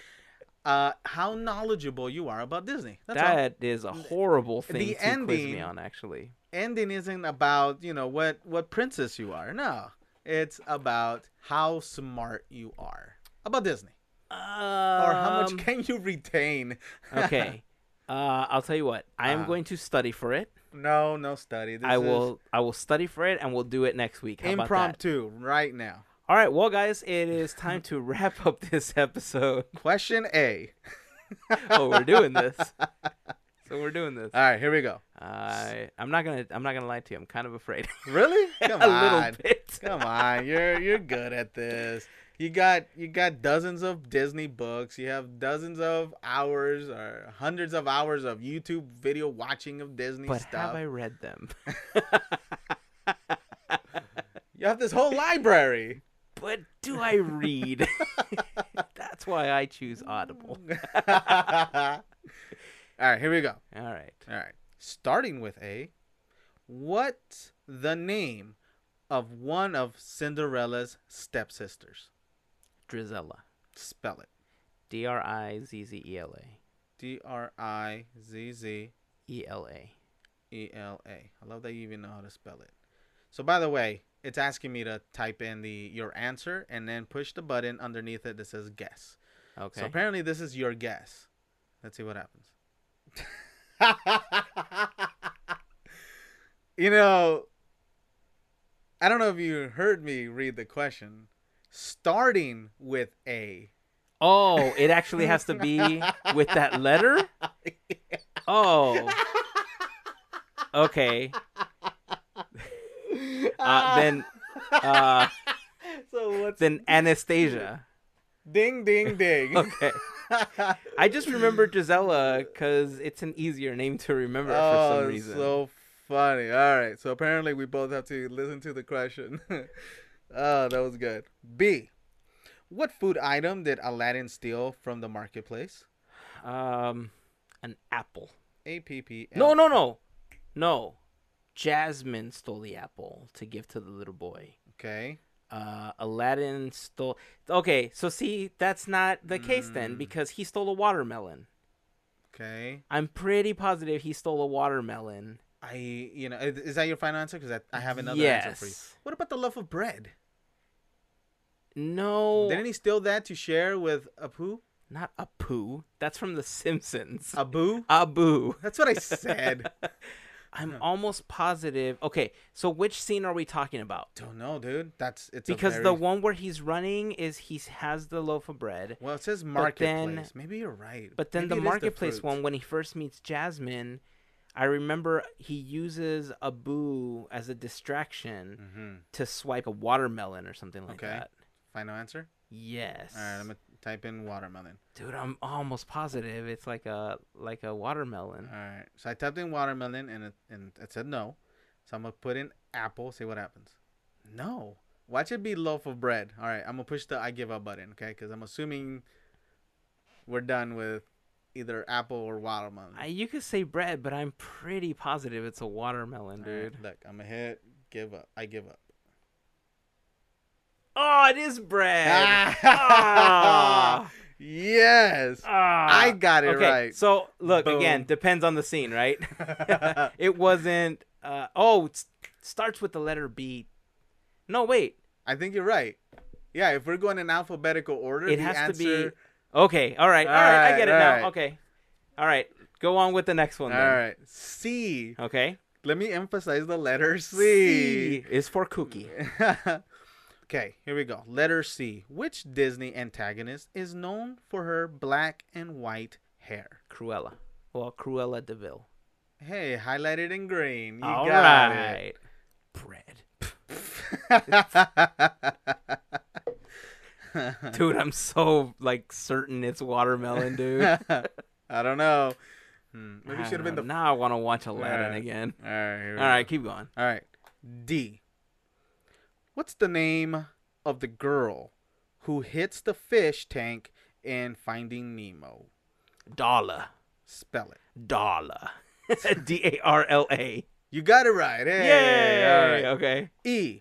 uh, how knowledgeable you are about Disney. That's all. that is a horrible thing the to quiz me ending- on, actually. Ending isn't about you know what what princess you are. No, it's about how smart you are about Disney, or how much Um, can you retain. okay. Uh, I'll tell you what. I am Uh-huh. going to study for it. no, no study. This I is will. I will study for it, and we'll do it next week. How About that? impromptu right now. All right. Well, guys, it is time to wrap up this episode. Question A. Oh, we're doing this. So we're doing this. All right, here we go. I I'm not gonna. I'm not gonna lie to you. I'm kind of afraid. Really? Come a on. little bit. Come on, you're you're good at this. You got you got dozens of Disney books. You have dozens of hours or hundreds of hours of YouTube video watching of Disney But stuff. have I read them? You have this whole library. But do I read? That's why I choose Audible. All right, here we go. All right. All right. Starting with A, what's the name of one of Cinderella's stepsisters? Drizella. Spell it. D R I Z Z E L A. D R I Z Z E L A. E L A. I love that you even know how to spell it. So by the way, it's asking me to type in the your answer and then push the button underneath it that says guess. Okay. So apparently this is your guess. Let's see what happens. you know, I don't know if you heard me read the question. Starting with A. Oh, it actually has to be with that letter? Oh. Okay. Uh, then uh, so what's then Anastasia. ding ding ding. Okay. I just remember Gisela cuz it's an easier name to remember for oh, some it's reason. so funny. All right. So apparently we both have to listen to the question. oh, that was good. B. What food item did Aladdin steal from the marketplace? Um an apple. A P P. No, no, no. No. Jasmine stole the apple to give to the little boy. Okay. uh Aladdin stole Okay, so see, that's not the case then Hmm. because he stole a watermelon. Okay. I'm pretty positive he stole a watermelon. I, you know, i- is that your final answer? Because I, I have another answer for you. Yes. What about the loaf of bread? No, Didn't he steal that to share with Apu? not Apu. That's from the Simpsons. Abu? Abu. That's what I said. I'm almost positive. Okay, so which scene are we talking about? Don't know, dude. That's it's a Because very- the one where he's running is he has the loaf of bread. well, it says but then- marketplace. Maybe you're right. But then the Maybe it is marketplace fruit. one, when he first meets Jasmine, I remember he uses Abu as a distraction Mhm. to swipe a watermelon or something like Okay. that. Final answer. Yes. All right, I'm gonna type in watermelon. Dude, I'm almost positive it's like a like a watermelon. All right, so I typed in watermelon and it, and it said no, so I'm gonna put in apple. See what happens. No, watch it be loaf of bread. All right, I'm gonna push the I give up button, okay? Because I'm assuming we're done with either apple or watermelon. I, you could say bread, but I'm pretty positive it's a watermelon, All right, dude. look, I'm gonna hit give up. I give up. Oh, it is bread. Ah. Ah! yes, I got it right. So look again, Boom. depends on the scene, right? it wasn't. Uh, oh, it starts with the letter B. No, wait. I think you're right. Yeah, if we're going in alphabetical order, It the has answer, to be. Okay. All right. All right. I Alright, get it now. alright. Okay. All right. Go on with the next one. All Then. right, C. Okay. Let me emphasize the letter C. C is for cookie. okay, here we go. Letter C. Which Disney antagonist is known for her black and white hair? Cruella. Well, Cruella Deville. Hey, highlighted in green. You All right. got Bread. it. dude, I'm so like certain it's watermelon, dude. I don't know. Hmm. I Maybe should have been don't the. know. Now I want to watch Aladdin Yeah. again. All right. Here we All right, keep going. All right. D. What's the name of the girl who hits the fish tank in Finding Nemo? Dollar, Spell it. dollar, D A R L A. You got it right. Hey. all Yay! right. Okay. E.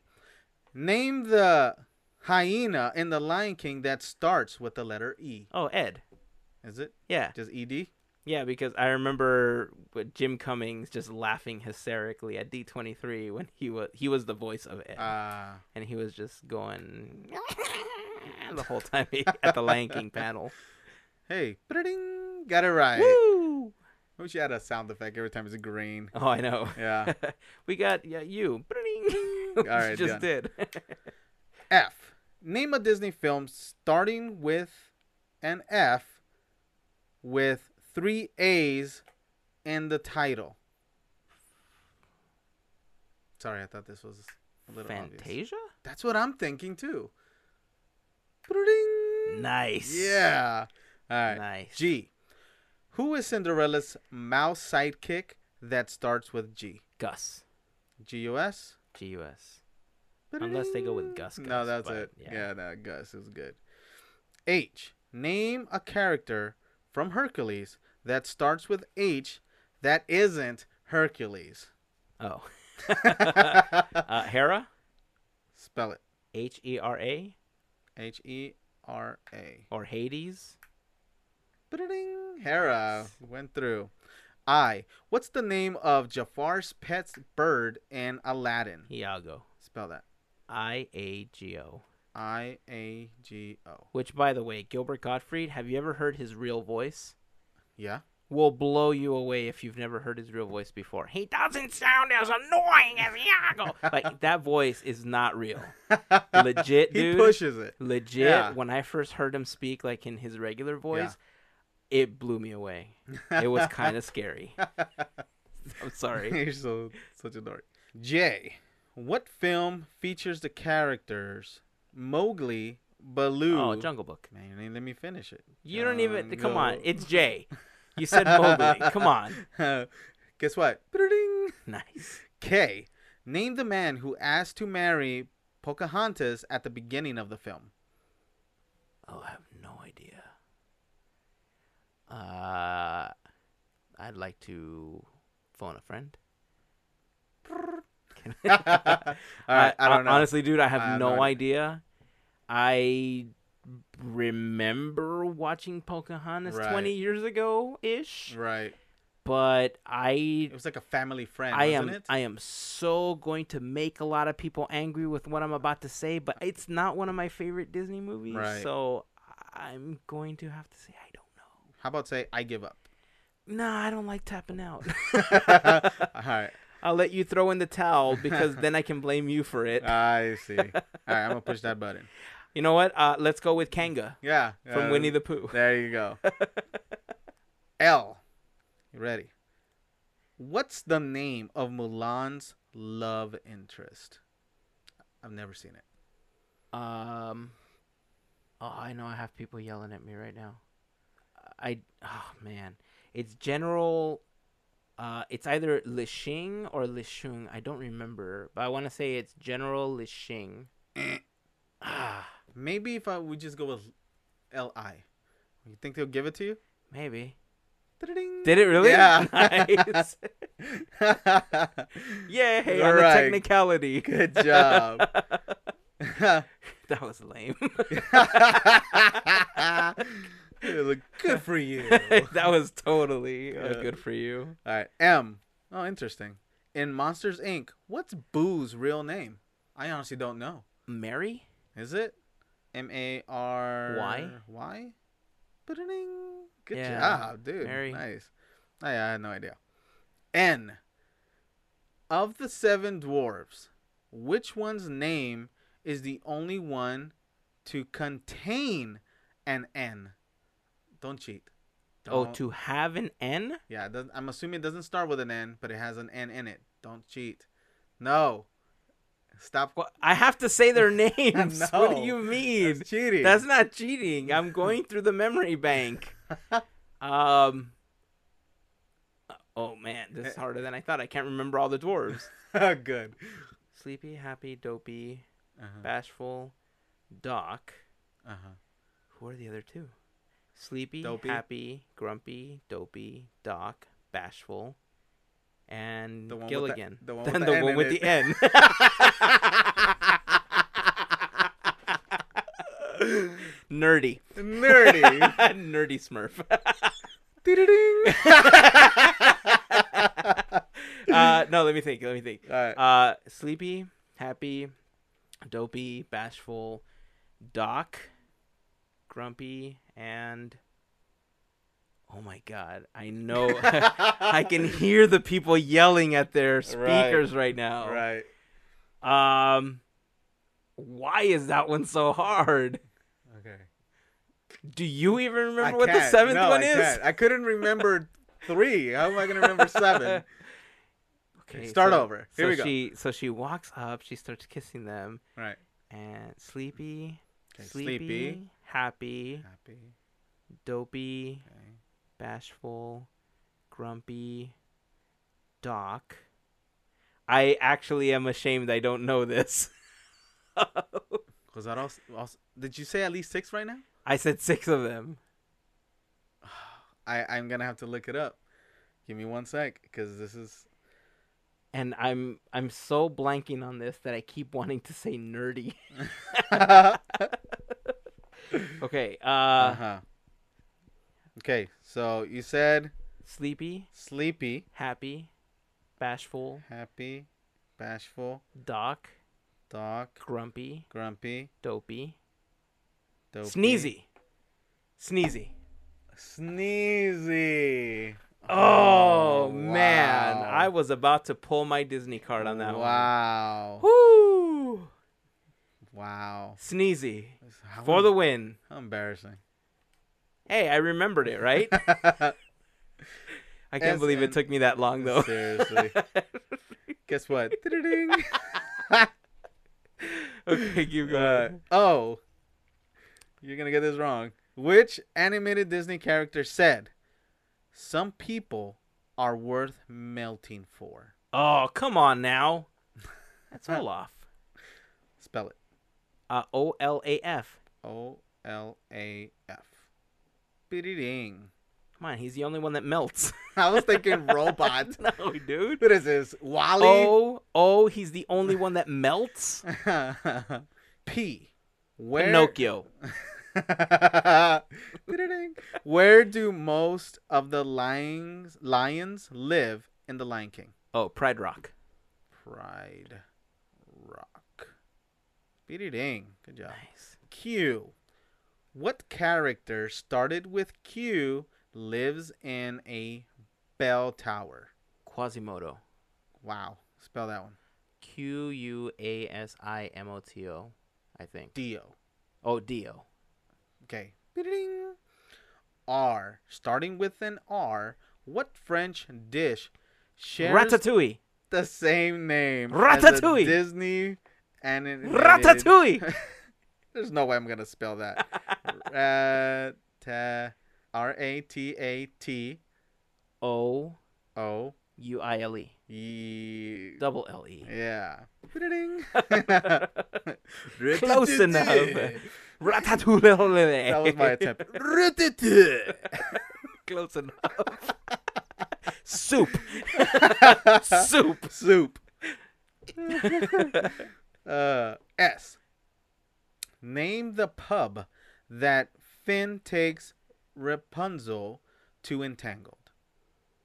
Name the hyena in The Lion King that starts with the letter E. Oh, Ed. Is it Yeah, just E ED? yeah. Because I remember with Jim Cummings just laughing hysterically at D23 when he was he was the voice of Ed, Uh, and he was just going the whole time he, at the Lion King panel. hey. ba-da-ding, Got it right. Woo! I wish you had a sound effect every time it's green. Oh, I know. Yeah. we got yeah, you. All right, just done. did. F. Name a Disney film starting with an F with three A's in the title. Sorry, I thought this was a little obvious. Fantasia? That's what I'm thinking too. Ba-da-ding. Nice. Yeah. All right. Nice. G. Who is Cinderella's mouse sidekick that starts with G? Gus. G U S? G U S. Unless they go with Gus No, Gus, that's but it. yeah. Yeah, no, Gus is good. H. Name a character from Hercules that starts with H that isn't Hercules. Oh. Spell Uh, Hera? it. H E R A? H E R A. Or Hades? Ba-da-ding. Hera went through. I. What's the name of Jafar's pet's bird in Aladdin? Iago. Spell that. I A G O. I A G O. Which, by the way, Gilbert Gottfried, have you ever heard his real voice? Yeah. Will blow you away if you've never heard his real voice before. He doesn't sound as annoying as Iago. like, that voice is not real. Legit, he dude. pushes it. legit Yeah. when i first heard him speak like in his regular voice it blew me away it was kind of scary i'm sorry You're so such a dork. J. What film features the characters Mowgli, Baloo? oh jungle book Man, you didn't let me finish it. you don't even come on Jungle. it's jay you said mowgli come on Guess what? Ba-da-ding. nice K. Name the man who asked to marry Pocahontas at the beginning of the film. oh i have no idea uh i'd like to phone a friend Can All right, I don't know. Honestly, dude, I have I have no no idea. I remember watching Pocahontas Right. Mm. 20 years ago ish, right. but I It was like a family friend, I wasn't am it? I am so going to make a lot of people angry with what I'm about to say, but it's not one of my favorite Disney movies, Right. so I'm going to have to say I don't know. How about say I give up? Nah, I don't like tapping out. All right. I'll let you throw in the towel because then I can blame you for it. I see. All right, I'm gonna push that button. you know what? Uh, let's go with Kanga. Yeah. from uh, Winnie the Pooh. There you go. L. You ready? What's the name of Mulan's love interest? I've never seen it. Um, oh, I know I have people yelling at me right now. I oh man, it's General. Uh, it's either Lishing or Lishung. I don't remember, but I want to say it's General Lishing. ah, Maybe if I we just go with L I. You think they'll give it to you? maybe. Da-da-ding. Did it really? Yeah. Nice. Yay! on the Alright. technicality. Good job. that was lame. It look good for you. that was totally uh, Yeah. good for you. All right, M. Oh, interesting. In Monsters Inc., what's Boo's real name? I honestly don't know. Mary. Is it M A R Why? Why? Ba-da-ding. Good Yeah, job, dude. Mary. Nice. Oh, I, I had no idea. N. Of the seven dwarves, which one's name is the only one to contain an N? Don't cheat. Oh, Don't- to have an N. yeah, it doesn't, I'm assuming it doesn't start with an N, but it has an N in it. Don't cheat. No. Stop Well, I have to say their names. What do No, you mean? that's cheating. That's not cheating. I'm going through the memory bank. Um. Oh man, this is Eh. harder than I thought. I can't remember all the dwarves. good. Sleepy, happy, dopey, Uh-huh. bashful, doc. Uh-huh. Who are the other two? Sleepy, Dopey. happy, grumpy, dopey, doc, bashful, and The one with the- Gilligan. the one Then with the the N one in with it. the N. Nerdy. Nerdy. Nerdy Smurf. Ding. uh, no, let me think. Let me think. Alright. Uh, sleepy, happy, dopey, bashful, doc, grumpy, and oh my god, I Oh, know I can hear the people yelling at their speakers right, now. Right. Um, why is that one so hard? Okay. Do you even I remember what the can't. seventh No, one I is? can't. I couldn't remember three. How am I gonna remember seven? Okay, Start so- over. Here so we go. She, so she walks up. She starts kissing them, Right. and sleepy, Okay, sleepy, sleepy. happy, Happy. dopey, Okay. bashful, grumpy, doc. I actually am ashamed I don't know this. Was that also, also? Did you say at least six right now? I said six of them. I I'm gonna have to look it up. Give me one sec, because this is And I'm I'm so blanking on this that I keep wanting to say nerdy. uh Okay, uh huh. Uh-huh. Okay, so you said sleepy, sleepy, happy, bashful, happy, bashful, doc, dog, grumpy, grumpy, dopey, dopey. Sneezy. Sneezy. Sneezy. Oh, man, wow. I was about to pull my Disney card on that one. Wow. Woo! Wow. Sneezy How for the win. how embarrassing. Hey, I remembered it, right? I can't Yes, believe it and- took me that long though. Seriously. Guess what? Ding. okay, keep Uh, going. oh, you're gonna get this wrong. Which animated Disney character said, "Some people are worth melting for"? oh, come on now. That's Olaf. Spell it. Uh, o L A F. O L A F. Ding. Come on, he's the only one that melts. I was thinking robot. no, dude. What is this? Wally. Oh, oh, he's the only one that melts. P. Where? Pinocchio. Ding. Where do most of the lions lions live in the Lion King? Oh, Pride Rock. Pride Rock. Beady ding. Good job. Nice. Q. What character started with Q lives in a bell tower? Quasimodo. Wow. Spell that one. Q U A S I M O T O, I think. Dio. oh, Dio. Okay. Beady ding. R. Starting with an R, what French dish shares Ratatouille. the same name Ratatouille. as a Disney and Ratatouille. There's no way I'm gonna spell that. Rat- R A T A T O O U I L E. E. Double L E. Yeah. Ding. Close enough. Ratatouille. That was my attempt. Close enough. Soup. Soup. Soup. Uh, S. Name the pub that Finn takes Rapunzel to Entangled.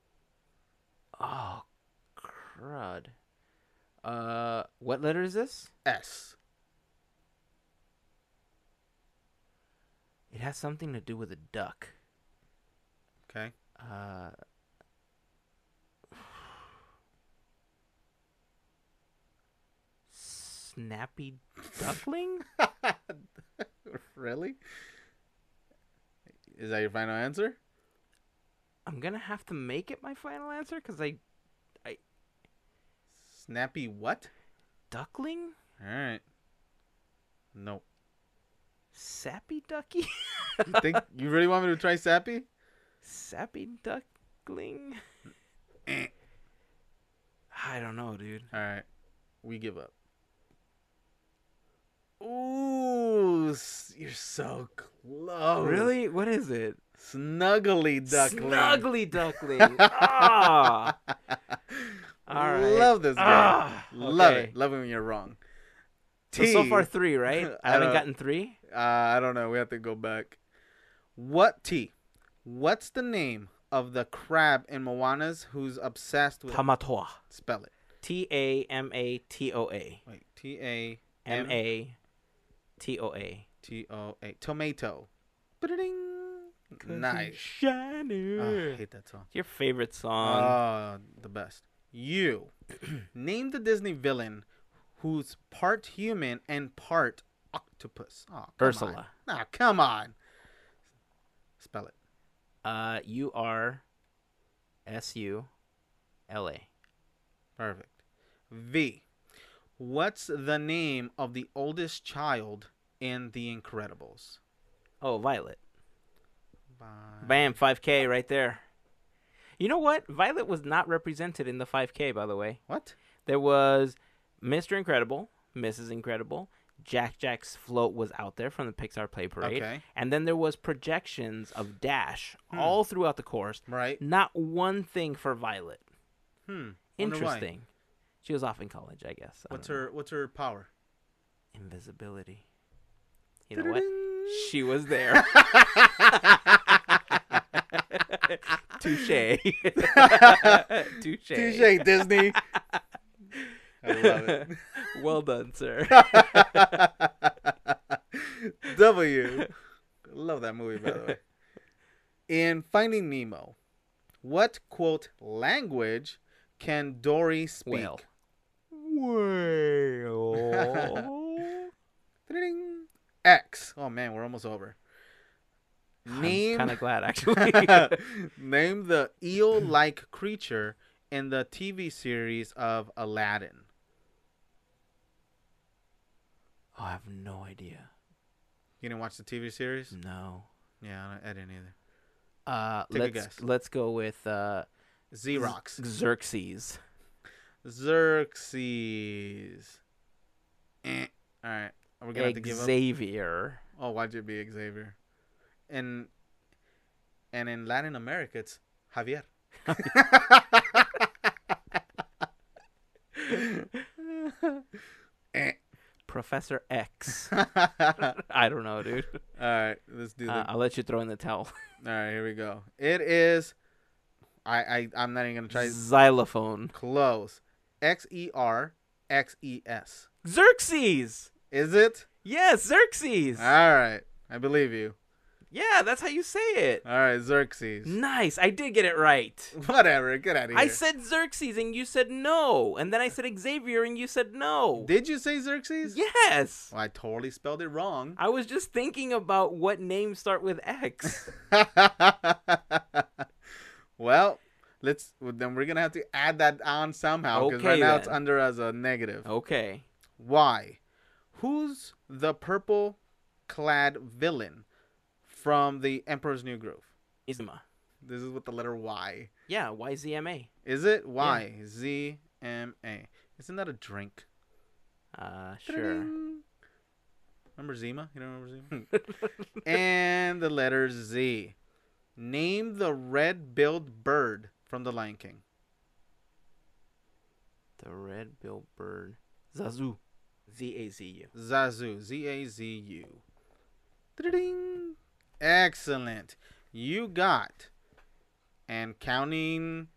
oh, crud. Uh, what letter is this? S. It has something to do with a duck. Okay. Uh, snappy duckling? really? Is that your final answer? I'm gonna have to make it my final answer because I Snappy what? duckling. All right. Nope. Sappy ducky? You think you really want me to try Sappy? Sappy duckling? Eh. I don't know, dude. All right. We give up. Ooh, s- you're so close. Really? What is it? Snuggly duckling. Snuggly duckling. ah. All right. Love this game. Ah, Love okay. it. Love it when you're wrong. So, so far T. three, right? I I haven't don't- gotten three. Uh, I don't know. We have to go back. What T? What's the name of the crab in Moana's who's obsessed with? Tamatoa. spell it. T A M A T O A. Wait. T A M A T O A. T O A. Tomato. Ba-da-ding. Nice. Shiny. Ah, I hate that song. Your favorite song. Oh, the best. You name the Disney villain who's part human and part octopus. Oh, come Ursula. On. Ah, come on. Spell it. Uh, U R S U L A. Perfect. V. What's the name of the oldest child in The Incredibles? Oh, Violet. Bye. Bam, 5K right there. You know what? Violet was not represented in the 5K, by the way. What? There was Mr. Incredible, Mrs. Incredible, Jack Jack's float was out there from the Pixar Play Parade. Okay. Hmm. And then there was projections of Dash all throughout the course. Right. Not one thing for Violet. Hmm. Wonder why. Interesting. She was off in college, I guess. I What's don't know. her What's her power? invisibility? You know what? She was there. Touche. Touche. Touche, Disney. I love it. Well done, sir. w. Love that movie, by the way. In Finding Nemo, what quote language can Dory speak? Whale. Whale. Ding. X. Oh man, we're almost over. Name Kind of glad, actually. name the eel-like creature in the TV series of Aladdin. I have no idea. You didn't watch the TV Mm. series? No. Yeah, I- I didn't either. Uh, Take a let's guess. let's go with uh, Xerox. Xerxes. Xerxes. Eh. All right, we're gonna have to give up. Xavier. Oh, why'd you be Xavier? And and in Latin America, it's Javier. Eh. Professor X. All I don't know, dude. right, let's do Uh, that. I'll let you throw in the towel. All right, here we go. It is. I I I'm not even gonna try. Xylophone. Close. X E R X E S. Xerxes. Is it? Yes, Xerxes. All right, I believe you. yeah, that's how you say it. All right, Xerxes. Nice. I did get it right. Whatever. Get out of here. I said Xerxes and you said no. And then I said Xavier and you said no. Did you say Xerxes? yes. Well, I totally spelled it wrong. I was just thinking about what names start with X. well, let's. well, Then we're gonna have to add that on somehow because right Okay, now it's then. Oh. under as a negative. okay. Why? Who's the purple clad villain from the Emperor's New Groove? Izma. This is with the letter Y. Yeah, YZMA. Is it Y Z M A? Isn't that a drink? Uh, sure. Ta-da-ding. Remember Zima? You don't remember Zima? and the letter Z. Name the red-billed bird from The Lion King. The red bill bird. Zazu. Z A Z U. Zazu. Z A Z U. Ta-da-ding. Excellent. You got, and counting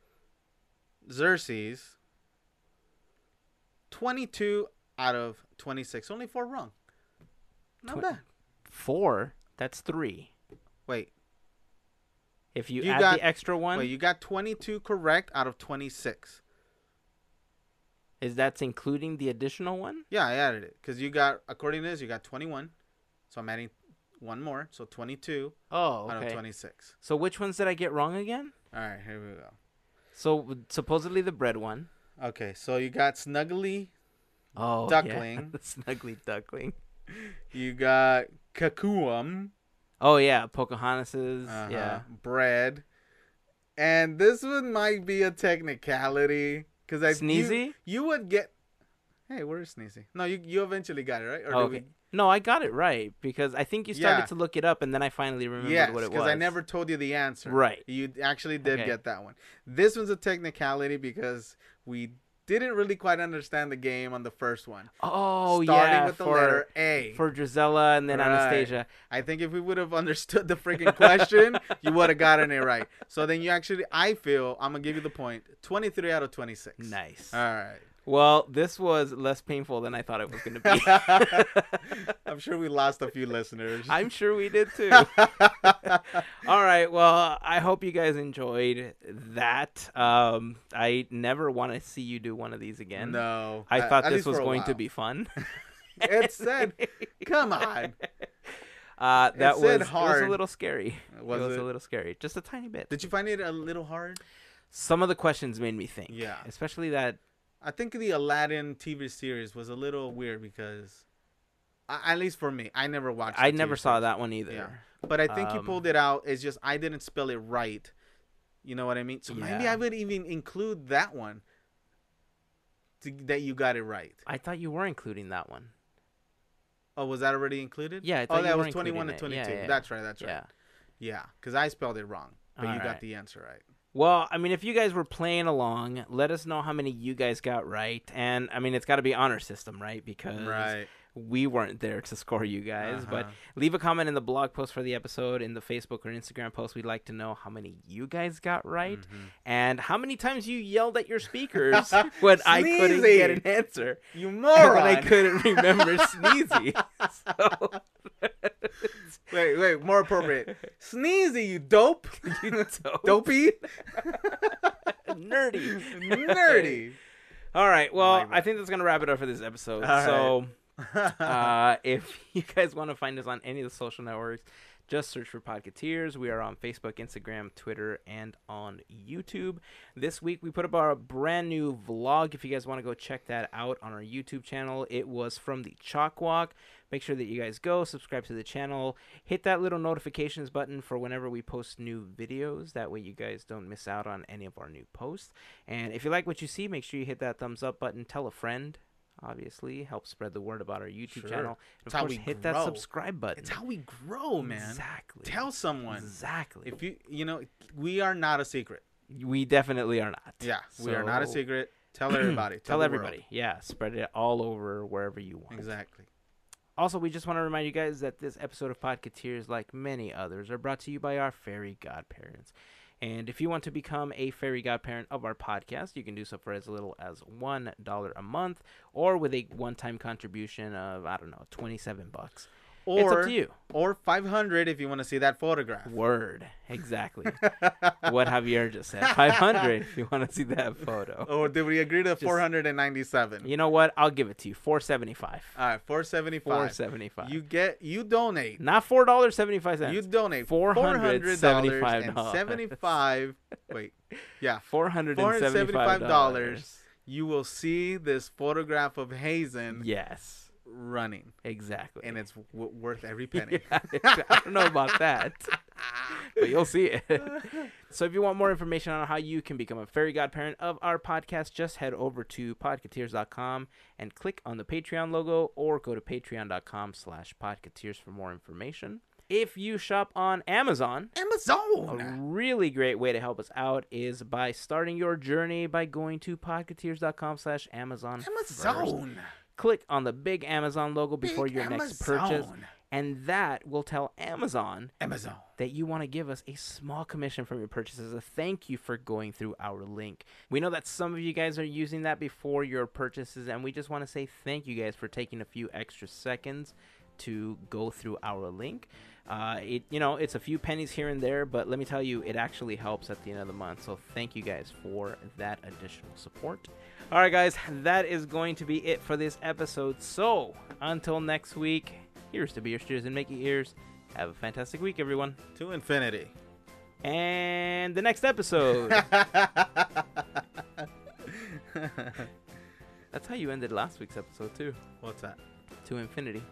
Xerxes, 22 out of 26. Only four wrong. Not Twen- bad. Four. That's three. Wait, If you, You add got- the extra one, wait, you got 22 correct out of 26. is that's including the additional one? Yeah, I added it because you got according to this, you got 21. So I'm adding one more, so 22 Oh, out of okay. 26. So which ones did I get wrong again? All right, here we go. So w- supposedly the bread one. Okay, so you got snuggly Oh, Duckling. Yeah. the snuggly duckling. You got Kakuum. Oh yeah, Pocahontas's. uh Yeah. Bread. And this one might be a technicality because I you- Sneezy? You, would get. Hey, where's Sneezy? No, you you eventually got it right. Or okay. No, I got it right because I think you started Yeah. to look it up and then I finally remembered Yes, what it was. because I never told you the answer. Right. You actually did Okay. get that one. This one's a technicality because we didn't really quite understand the game on the first one. Oh Starting yeah, with the for letter A. for Drizella and then Right. Anastasia. I think if we would have understood the freaking question, you would have gotten it right. So then you actually, I feel, I'm going to give you the point 23 out of 26. Nice. All right. Well, this was less painful than I thought it was going to be. I'm sure we lost a few listeners. I'm sure we did too. All right. Well, I hope you guys enjoyed that. Um, I never want to see you do one of these again. no. I at- thought at this least was for a going to while. be fun. It said, come on. Uh, that was, said it was hard. a little scary. Was it was it? a little scary, just a tiny bit. Did you find it a little hard? Some of the questions made me think. Yeah. Especially that. I think the Aladdin TV series was a little weird because, I- at least for me, I never watched. I the never TV saw series. that one either. Yeah. But I think you Um, pulled it out. It's just I didn't spell it right. You know what I mean? So maybe Yeah. I would even include that one. To, that you got it right. I thought you were including that one. Oh, was that already included? Yeah, I Oh, thought that you were was twenty-one to including twenty-two. it. Yeah, yeah, yeah. That's right. That's Yeah. right. Yeah, because I spelled it wrong, but you got Alright. the answer right. Well, I mean, if you guys were playing along, let us know how many you guys got right. And I mean, it's got to be honor system, right? Because we weren't there to score you guys. But Uh-huh. leave a comment in the blog post for the episode, in the Facebook or Instagram post. We'd like to know how many you guys got right Mhm. and how many times you yelled at your speakers when I couldn't Sneezy. get an answer. You and moron! when I couldn't remember Sneezy. So, Wait, wait. More appropriate. Sneezy, you dope. you dope. Dopey. Nerdy. Nerdy. All right. Well, like I think that's gonna wrap it up for this episode. All so, uh, if you guys want to find us on any of the social networks, just search for Podcateers. We are on Facebook, Instagram, Twitter, and on YouTube. This week we put up our brand new vlog. If you guys want to go check that out on our YouTube channel, it was from the Chalk Walk. Make sure that you guys go subscribe to the channel, hit that little notifications button for whenever we post new videos. That way you guys don't miss out on any of our new posts. And if you like what you see, make sure you hit that thumbs up button. Tell a friend, obviously, help spread the word about our YouTube Sure. channel. And It's of how course, we hit grow. that subscribe button. it's how we grow, man. Exactly. Tell someone. Exactly. If you, you know, we are not a secret. we definitely are not. Yeah, we are not a So, secret. Tell everybody. Tell the world. everybody. Yeah, spread it all over wherever you want. Exactly. Also, we just want to remind you guys that this episode of Podcateers, like many others, are brought to you by our fairy godparents. And if you want to become a fairy godparent of our podcast, you can do so for as little as $1 a month or with a one time contribution of, I don't know, 27 bucks. Or it's up to you. or 500 if you want to see that photograph. Word. Exactly. what Javier just said. 500 if you want to see that photo. Or did we agree to 497? You know what? I'll give it to you. 475. All right, 475. 475. Uh, You get you donate. not $4.75. You donate $475. $475. Wait. Yeah. Four hundred and seventy-five $475. dollars. You will see this photograph of Hazen Yes, running exactly. and it's w- worth every penny. Yeah, I don't know about that, but you'll see it. so, if you want more information on how you can become a fairy godparent of our podcast, just head over to podcateers.com and click on the Patreon logo, or go to patreon.com/slash podcateers for more information. If you shop on Amazon, a Amazon. really great way to help us out is by starting your journey by going to podcateers.com slash amazon first. Amazon. click on the big amazon logo Big before your next purchase Amazon. and that will tell amazon Amazon. that you want to give us a small commission from your purchases a thank you for going through our link we know that some of you guys are using that before your purchases and we just want to say thank you guys for taking a few extra seconds to go through our link uh, it you know it's a few pennies here and there but let me tell you it actually helps at the end of the month so thank you guys for that additional support all right guys that is going to be it for this episode so until next week here's to beer steers and mickey ears have a fantastic week everyone To infinity. and the next episode. I That's how you ended last week's episode too. What's that? To infinity.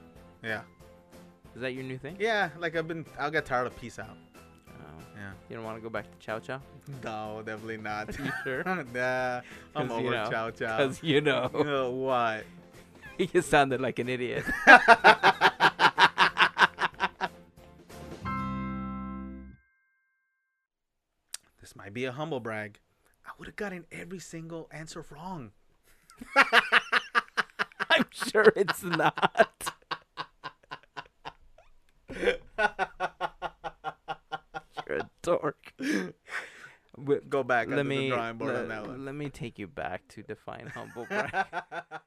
Yeah. Is that your new thing? Yeah, like I've been, I got tired of peace out. Oh, Yeah. you don't want to go back to Chow Chow? No, definitely not. You sure? nah, I'm 'Cause, you over know, Chow Chow. Because you You know, know what? you sounded like an idiot. This might be a humble brag. I would have gotten every single answer wrong. I'm sure it's not. You're a dork. But Go back. let under the me drawing board le- on that one. let me take you back to define humble brag.